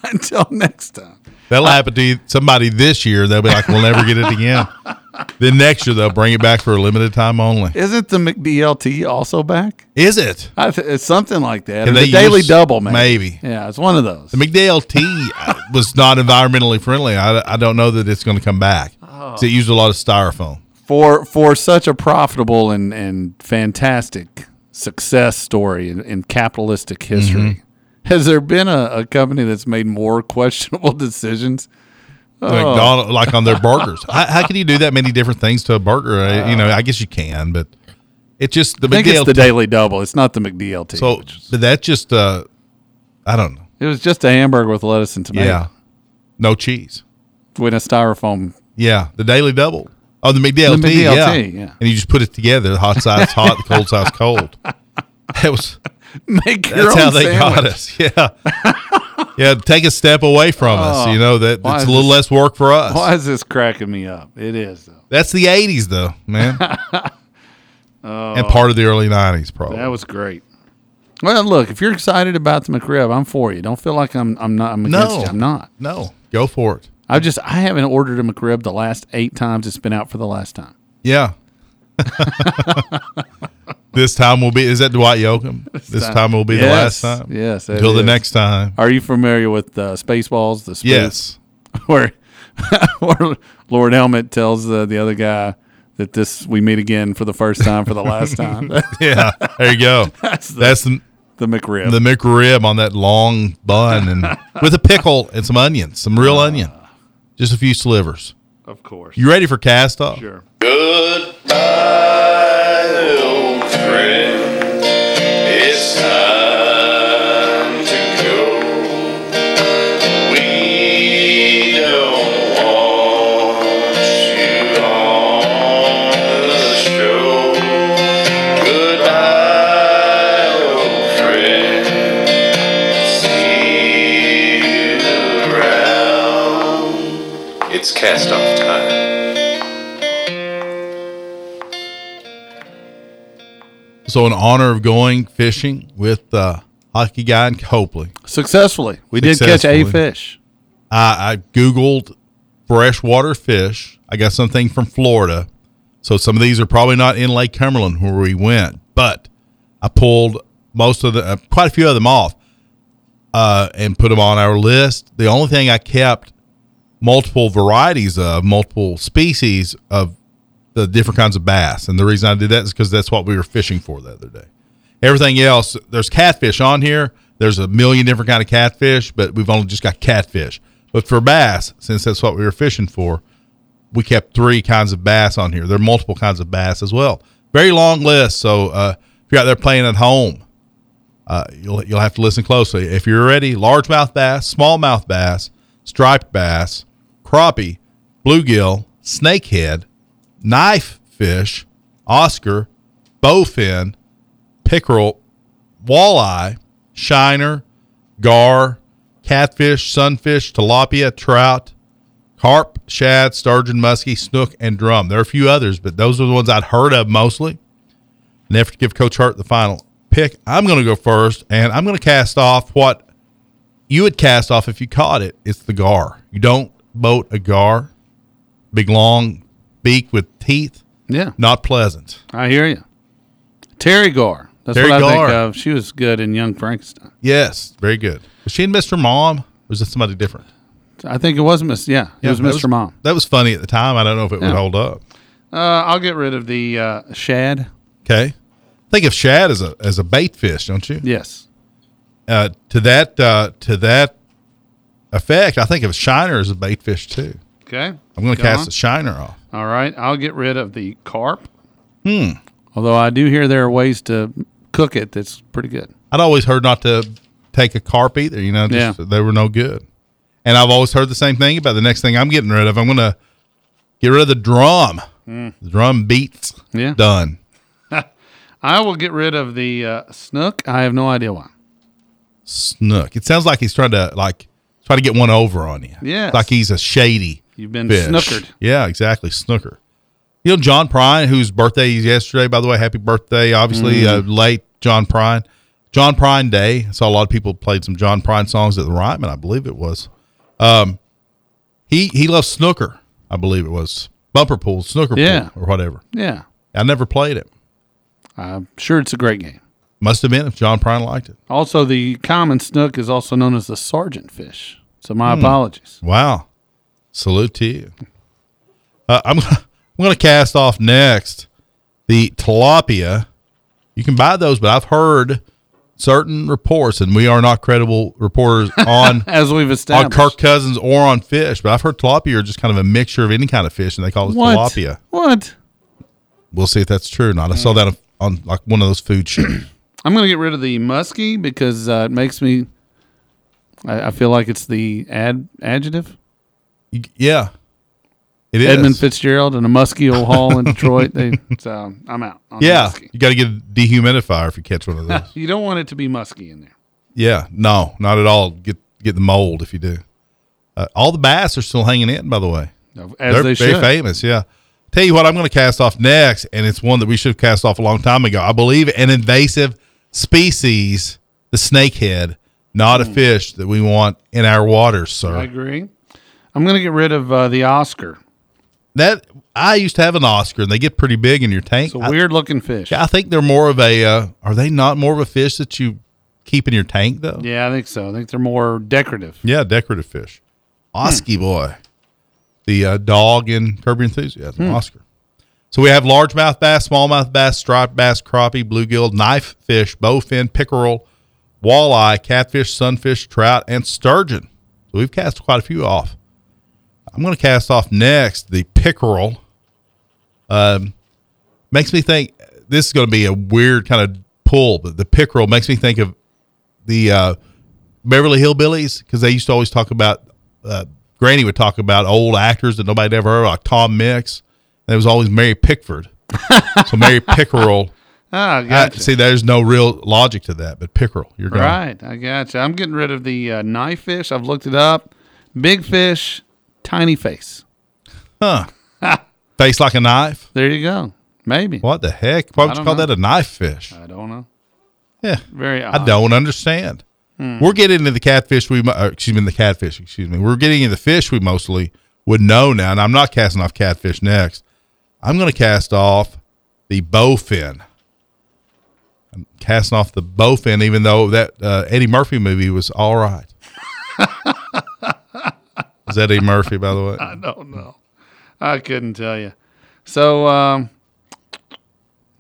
Speaker 2: until next time.
Speaker 3: That'll happen to you- somebody this year. They'll be like, we'll never get it again. then next year, they'll bring it back for a limited time only.
Speaker 2: Isn't the McDLT also back?
Speaker 3: Is it?
Speaker 2: I th- it's something like that.
Speaker 3: And
Speaker 2: Or the
Speaker 3: they
Speaker 2: Daily
Speaker 3: use-
Speaker 2: Double, maybe.
Speaker 3: maybe.
Speaker 2: Yeah, it's one of those.
Speaker 3: The McDLT uh, was not environmentally friendly. I, I don't know that it's going to come back.
Speaker 2: Oh.
Speaker 3: 'Cause It used a lot of styrofoam.
Speaker 2: for for such a profitable and and fantastic success story in, in capitalistic history.
Speaker 3: Mm-hmm.
Speaker 2: Has there been a, a company that's made more questionable decisions?
Speaker 3: The
Speaker 2: Oh.
Speaker 3: McDonald, like on their burgers. how, how can you do that many different things to a burger? I- you know, I guess you can, but it just the
Speaker 2: I think it's
Speaker 3: McDLT.
Speaker 2: the Daily Double. It's not the McDLT.
Speaker 3: so but that just uh, I don't know.
Speaker 2: it was just a hamburger with lettuce and tomato
Speaker 3: Yeah, no cheese.
Speaker 2: with a styrofoam.
Speaker 3: Yeah, the Daily Double. Oh, the McDLT.
Speaker 2: The McDLT,
Speaker 3: yeah.
Speaker 2: yeah.
Speaker 3: and you just put it together. The hot side's hot, the cold side's cold. That was
Speaker 2: Make your
Speaker 3: that's
Speaker 2: own
Speaker 3: how they
Speaker 2: sandwich. Oh,
Speaker 3: got us. Yeah, yeah. Take a step away from us. You know that
Speaker 2: why
Speaker 3: it's
Speaker 2: is
Speaker 3: a little less work for us.
Speaker 2: Why is this cracking me up? It is though.
Speaker 3: That's the '80s, though, man. And part of the early '90s, probably.
Speaker 2: Oh. That was great. Well, look, if you're excited about the McRib, I'm for you. Don't feel like I'm I'm not I'm against
Speaker 3: No.
Speaker 2: you. I'm not.
Speaker 3: no, go for it.
Speaker 2: I've just I haven't ordered a McRib the last eight times it's been out for the last time.
Speaker 3: Yeah. this time will be. Is that Dwight Yoakam? This time will be
Speaker 2: Yes.
Speaker 3: the last time.
Speaker 2: Yes, it
Speaker 3: Until the
Speaker 2: is.
Speaker 3: next time.
Speaker 2: Are you familiar with uh, Spaceballs? The spoof
Speaker 3: Yes.
Speaker 2: where where Lord Helmet tells the the other guy that this we meet again for the first time for the last time.
Speaker 3: Yeah. There you go.
Speaker 2: That's the,
Speaker 3: That's the,
Speaker 2: the McRib.
Speaker 3: the McRib on that long bun and with a pickle and some onions, some
Speaker 2: Ah.
Speaker 3: real onion, just a few slivers.
Speaker 2: of course.
Speaker 3: You ready for cast off?
Speaker 2: sure.
Speaker 6: Goodbye, old friend. It's time to go. We don't want you on the show. Goodbye, old friend. See you around. It's cast off time.
Speaker 3: So, in honor of going fishing with uh, hockey guy and Copley,
Speaker 2: Successfully, we did catch a
Speaker 3: Successfully.
Speaker 2: fish.
Speaker 3: I, I Googled freshwater fish. I got something from Florida. So some of these are probably not in Lake Cumberland where we went, but I pulled most of the, uh, quite a few of them off uh, and put them on our list. The only thing I kept multiple varieties of, multiple species of the different kinds of bass. And the reason I did that is because that's what we were fishing for the other day. Everything else, there's catfish on here. There's a million different kind of catfish, but we've only just got catfish. But for bass, since that's what we were fishing for, we kept three kinds of bass on here. There are multiple kinds of bass as well. Very long list. So uh, if you're out there playing at home, uh, you'll you'll have to listen closely. If you're ready, largemouth bass, smallmouth bass, striped bass, crappie, bluegill, snakehead, knife fish, oscar, bowfin, pickerel, walleye, shiner, gar, catfish, sunfish, tilapia, trout, carp, shad, sturgeon, muskie, snook, and drum. There are a few others, but those are the ones I'd heard of mostly. And after give Coach Hart the final pick, I'm going to go first, and I'm going to cast off what you would cast off if you caught it. It's the gar. You don't boat a gar, big long beak with teeth.
Speaker 2: Yeah,
Speaker 3: Not pleasant.
Speaker 2: I hear you. Terry Gar. That's
Speaker 3: Terry
Speaker 2: what I think
Speaker 3: Garr.
Speaker 2: of. She was good in Young Frankenstein.
Speaker 3: Yes, very good. Was she and Mr. Mom? Or was it somebody different?
Speaker 2: I think it was Miss. Yeah, it was
Speaker 3: that
Speaker 2: Mr. Mom.
Speaker 3: That was funny at the time. I don't know if it
Speaker 2: Yeah.
Speaker 3: would hold up.
Speaker 2: Uh, I'll get rid of the uh, shad.
Speaker 3: Okay. Think of shad as a as a bait fish, don't you?
Speaker 2: Yes.
Speaker 3: Uh, to that uh, to that effect, I think of shiner as a bait fish too.
Speaker 2: Okay.
Speaker 3: I'm going to
Speaker 2: Go
Speaker 3: cast
Speaker 2: on.
Speaker 3: the shiner off.
Speaker 2: All right, I'll get rid of the carp. Hmm. Although I do hear there are ways to cook it that's pretty good.
Speaker 3: I'd always heard not to take a carp either. You know, just,
Speaker 2: Yeah.
Speaker 3: they were no good. And I've always heard the same thing about the next thing I'm getting rid of. I'm going to get rid of the drum. The drum beats.
Speaker 2: Mm. Yeah.
Speaker 3: Done.
Speaker 2: I will get rid of the uh, snook. I have no idea why.
Speaker 3: Snook. It sounds like he's trying to like try to get one over on you.
Speaker 2: Yes.
Speaker 3: Like he's a shady.
Speaker 2: You've been
Speaker 3: fish.
Speaker 2: snookered.
Speaker 3: Yeah, exactly. Snooker. You know, John Prine, whose birthday is yesterday, by the way, happy birthday.
Speaker 2: Mm.
Speaker 3: Obviously, uh, late John Prine. John Prine Day. I saw a lot of people played some John Prine songs at the Ryman, I believe it was. Um, he he loves snooker, I believe it was. Bumper pool, snooker
Speaker 2: Yeah.
Speaker 3: pool, or whatever.
Speaker 2: Yeah.
Speaker 3: I never played it.
Speaker 2: I'm sure it's a great game.
Speaker 3: Must have been if John Prine liked it.
Speaker 2: Also, the common snook is also known as the sergeant fish. So my apologies.
Speaker 3: Wow. Salute to you. Uh, I'm, I'm going to cast off next the tilapia. You can buy those, but I've heard certain reports, and we are not credible reporters on,
Speaker 2: As we've
Speaker 3: on
Speaker 2: established.
Speaker 3: Kirk Cousins or on fish, but I've heard tilapia are just kind of a mixture of any kind of fish, and they call it
Speaker 2: what?
Speaker 3: tilapia.
Speaker 2: What?
Speaker 3: We'll see if that's true or not. I
Speaker 2: Mm.
Speaker 3: saw that on like one of those food shows.
Speaker 2: I'm going to get rid of the muskie because uh, it makes me. I, I feel like it's the ad adjective.
Speaker 3: You- yeah. It is.
Speaker 2: Edmund Fitzgerald and a muskie old hall in Detroit. They, so I'm out. On the
Speaker 3: Yeah.
Speaker 2: muskie.
Speaker 3: You got to get a dehumidifier if you catch one of those.
Speaker 2: You don't want it to be musky in there.
Speaker 3: Yeah, no, not at all. Get get the mold if you do. Uh, all the bass are still hanging in, by the way.
Speaker 2: As
Speaker 3: They're
Speaker 2: they
Speaker 3: very
Speaker 2: should.
Speaker 3: famous. Yeah. Tell you what, I'm going to cast off next, and it's one that we should have cast off a long time ago. I believe an invasive species, the snakehead, not a fish that we want in our waters,
Speaker 2: I
Speaker 3: sir.
Speaker 2: agree. I'm going to get rid of uh, the Oscar.
Speaker 3: That I used to have an Oscar, and they get pretty big in your tank.
Speaker 2: It's a
Speaker 3: I-
Speaker 2: weird looking fish.
Speaker 3: I, think they're more of a. Uh, are they not more of a fish that you keep in your tank though?
Speaker 2: Yeah, I think so. I think they're more decorative.
Speaker 3: Yeah, decorative fish. Osky boy, the uh, dog in Curb Your Enthusiasm. Oscar. So we have largemouth bass, smallmouth bass, striped bass, crappie, bluegill, knife fish, bowfin, pickerel, walleye, catfish, sunfish, trout, and sturgeon. So we've cast quite a few off. I'm going to cast off next the pickerel. Um, makes me think this is going to be a weird kind of pull, but the pickerel makes me think of the uh, Beverly Hillbillies because they used to always talk about. Uh, Granny would talk about old actors that nobody ever heard, of, like Tom Mix. And it was always Mary Pickford. so Mary Pickerel.
Speaker 2: Ah,
Speaker 3: I-
Speaker 2: gotcha.
Speaker 3: see, there's no real logic to that, but Pickerel, you're gone.
Speaker 2: Right, I gotcha. I'm getting rid of the uh, knife fish. I've looked it up. Big fish, tiny face.
Speaker 3: Huh? Face like a knife.
Speaker 2: There you go. Maybe.
Speaker 3: What the heck? Why would you
Speaker 2: don't
Speaker 3: call
Speaker 2: know.
Speaker 3: that a knife fish?
Speaker 2: I don't know.
Speaker 3: Yeah.
Speaker 2: Very odd.
Speaker 3: I don't understand.
Speaker 2: Hmm.
Speaker 3: We're getting into the catfish we, mo- uh, excuse me, the catfish, excuse me. We're getting into fish we mostly would know now, and I'm not casting off catfish next. I'm going to cast off the bowfin. I'm casting off the bowfin, even though that uh, Eddie Murphy movie was all right. Is that Eddie Murphy, by the way?
Speaker 2: I don't know. I couldn't tell you. So, um,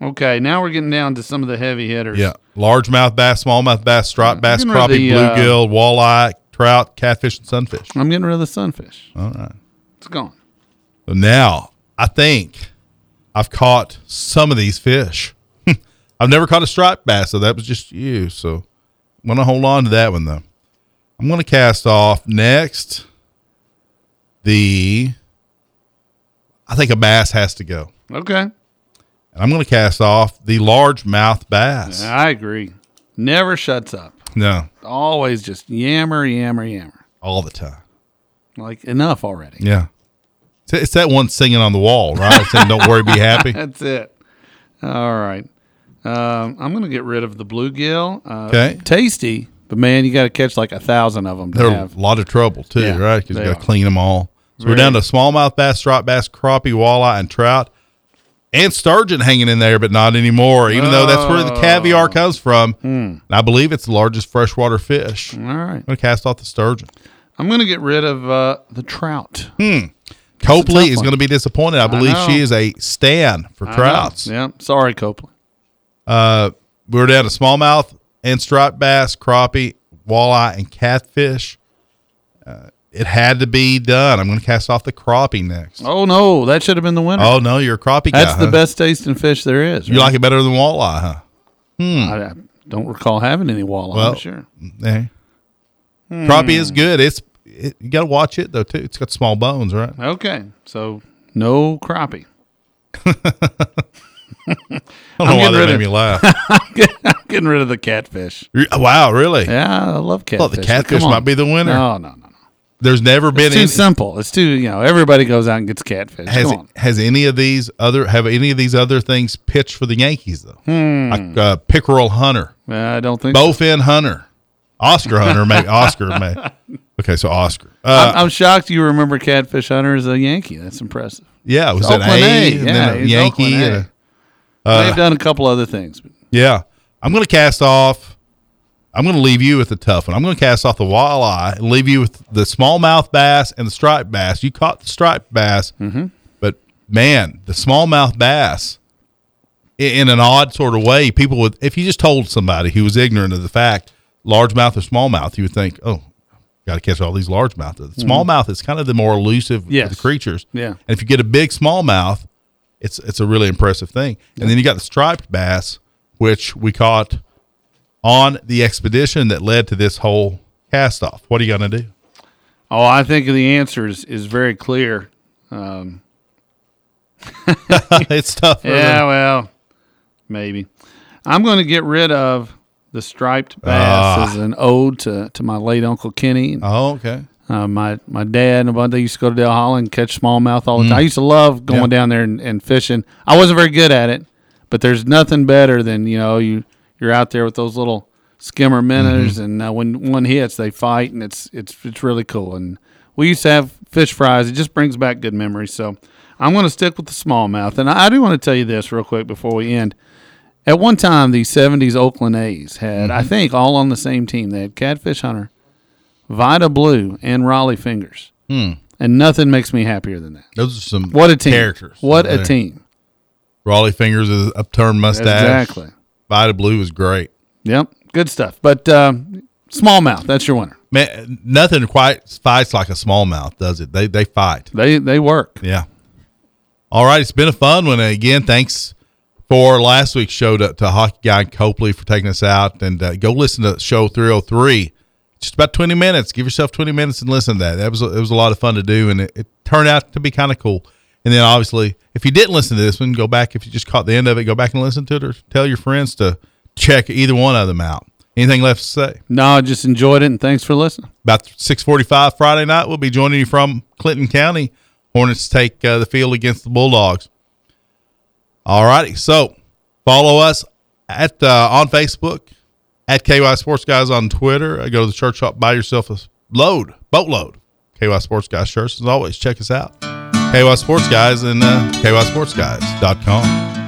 Speaker 2: okay, now we're getting down to some of the heavy hitters.
Speaker 3: Yeah, largemouth bass, smallmouth bass, striped bass,
Speaker 2: getting rid of
Speaker 3: crappie,
Speaker 2: the, uh,
Speaker 3: bluegill, walleye, trout, catfish, and sunfish.
Speaker 2: I'm getting rid of the sunfish.
Speaker 3: All right.
Speaker 2: It's gone.
Speaker 3: So now I think I've caught some of these fish. I've never caught a striped bass, so that was just you. So I'm going to hold on to that one, though. I'm going to cast off next the. I think a bass has to go.
Speaker 2: Okay.
Speaker 3: And I'm going to cast off the largemouth bass.
Speaker 2: I agree. Never shuts up.
Speaker 3: No,
Speaker 2: Always just yammer, yammer, yammer.
Speaker 3: all the time.
Speaker 2: Like enough already.
Speaker 3: Yeah. It's- It's that one singing on the wall, right? It's saying, don't worry, be happy.
Speaker 2: That's it. All right. Um, I'm gonna get rid of the bluegill. Uh,
Speaker 3: Okay.
Speaker 2: Tasty, but man, you got to catch like a thousand of them to
Speaker 3: They're
Speaker 2: have.
Speaker 3: a lot of trouble, too,
Speaker 2: Yeah,
Speaker 3: right? Because
Speaker 2: they
Speaker 3: you got
Speaker 2: are.
Speaker 3: to clean them all. So we're
Speaker 2: Very.
Speaker 3: down to smallmouth bass, striped bass, crappie, walleye, and trout. And sturgeon hanging in there, but not anymore, even though that's where the caviar
Speaker 2: Oh.
Speaker 3: comes from.
Speaker 2: Hmm.
Speaker 3: And I believe it's the largest freshwater fish. I'm
Speaker 2: All right.
Speaker 3: going to cast off the sturgeon.
Speaker 2: I'm gonna get rid of uh, the trout.
Speaker 3: Hmm. Copley
Speaker 2: tough
Speaker 3: is
Speaker 2: one.
Speaker 3: going to be disappointed. I believe
Speaker 2: know.
Speaker 3: she is a stand for trouts.
Speaker 2: Yeah. Sorry, Copeland.
Speaker 3: We were down to smallmouth and striped bass, crappie, walleye, and catfish. Uh, it had to be done. I'm going to cast off the crappie next. Oh,
Speaker 2: Oh no, that should have been the winner.
Speaker 3: no, you're a crappie guy.
Speaker 2: That's the
Speaker 3: Oh, huh?
Speaker 2: best tasting fish there is.
Speaker 3: You like it better than walleye, huh?
Speaker 2: I, I don't recall having any walleye.
Speaker 3: Well,
Speaker 2: I'm sure.
Speaker 3: Eh. Crappie is good. It's it, you got to watch it though too. It's got small bones, right?
Speaker 2: Okay, so no crappie.
Speaker 3: I don't know why
Speaker 2: getting
Speaker 3: that
Speaker 2: rid
Speaker 3: made
Speaker 2: of-
Speaker 3: me laugh.
Speaker 2: Getting rid of the catfish.
Speaker 3: Re- wow, really?
Speaker 2: Yeah, I love catfish.
Speaker 3: thought the
Speaker 2: but
Speaker 3: catfish
Speaker 2: come on.
Speaker 3: might be the winner.
Speaker 2: No, no, no. no.
Speaker 3: There's never been
Speaker 2: It's too
Speaker 3: any,
Speaker 2: simple. It's too you know. Everybody goes out and gets catfish.
Speaker 3: has
Speaker 2: Come on.
Speaker 3: has any of these other have any of these other things pitched for the Yankees though? Like uh, Pickerel Hunter.
Speaker 2: Uh, I don't think. so.
Speaker 3: Bowfin Hunter, Oscar Hunter, may Oscar may. Okay, so Oscar. Uh,
Speaker 2: I'm, I'm shocked you remember Catfish Hunter as a Yankee. That's impressive.
Speaker 3: yeah, it was an A,
Speaker 2: Oakland A,
Speaker 3: and
Speaker 2: yeah,
Speaker 3: then a
Speaker 2: he's
Speaker 3: Yankee.
Speaker 2: Oakland A.
Speaker 3: and a- Uh,
Speaker 2: They've done a couple other things. but-
Speaker 3: yeah, I'm going to cast off. I'm going to leave you with the tough one. I'm going to cast off the walleye and leave you with the smallmouth bass and the striped bass. You caught the striped bass, but man, the smallmouth bass. i- In an odd sort of way, people would, if you just told somebody who was ignorant of the fact, largemouth or smallmouth, you would think, oh, got to catch all these largemouth. The smallmouth is kind of the more elusive
Speaker 2: Yes.
Speaker 3: of the creatures.
Speaker 2: Yeah.
Speaker 3: And if you get a big smallmouth, it's it's a really impressive thing. And then you got the striped bass, which we caught on the expedition that led to this whole cast off. What are you gonna do?
Speaker 2: Oh, I think the answer is, is very clear. Um,
Speaker 3: it's tough. really.
Speaker 2: yeah, well, maybe. I'm going to get rid of the striped bass
Speaker 3: Ah.
Speaker 2: as an ode to, to my late Uncle Kenny. and,
Speaker 3: Oh, okay.
Speaker 2: Uh, my my dad and my they used to go to Dale Hollow and catch smallmouth all the time. I used to love going
Speaker 3: Yeah.
Speaker 2: down there and, and fishing. I wasn't very good at it, but there's nothing better than you know you you're out there with those little skimmer minners, and uh, when one hits, they fight, and it's it's it's really cool. And we used to have fish fries. It just brings back good memories. So I'm going to stick with the smallmouth, and I, I do want to tell you this real quick before we end. At one time, the '70s Oakland A's had, I think, all on the same team. They had Catfish Hunter. Vita Blue and Raleigh Fingers. And nothing makes me happier than that.
Speaker 3: Those are some
Speaker 2: What a team.
Speaker 3: characters.
Speaker 2: What a
Speaker 3: There.
Speaker 2: team.
Speaker 3: Raleigh Fingers is an upturned mustache.
Speaker 2: Exactly.
Speaker 3: Vita Blue is great.
Speaker 2: Yep. Good stuff. But um, smallmouth, that's your winner.
Speaker 3: Man, nothing quite fights like a smallmouth, does it? They they fight.
Speaker 2: They they work.
Speaker 3: Yeah. All right. It's been a fun one. And Again, thanks for last week's show to, to Hockey Guy Copley for taking us out. And uh, go listen to show 303. Just about 20 minutes. Give yourself 20 minutes and listen to that. That was, it was a lot of fun to do. And it, it turned out to be kind of cool. And then obviously, if you didn't listen to this one, go back. If you just caught the end of it, go back and listen to it or tell your friends to check either one of them out. Anything left to say?
Speaker 2: No, I just enjoyed it and thanks for listening.
Speaker 3: about 6:45 Friday night. We'll be joining you from Clinton County. Hornets take uh, the field against the Bulldogs. All righty, so follow us at uh, on Facebook at KY Sports Guys on Twitter. Uh, go to the church shop, buy yourself a load, boatload KY Sports Guys shirts. As always, check us out, KY Sports Guys and uh, KYSportsGuys.com.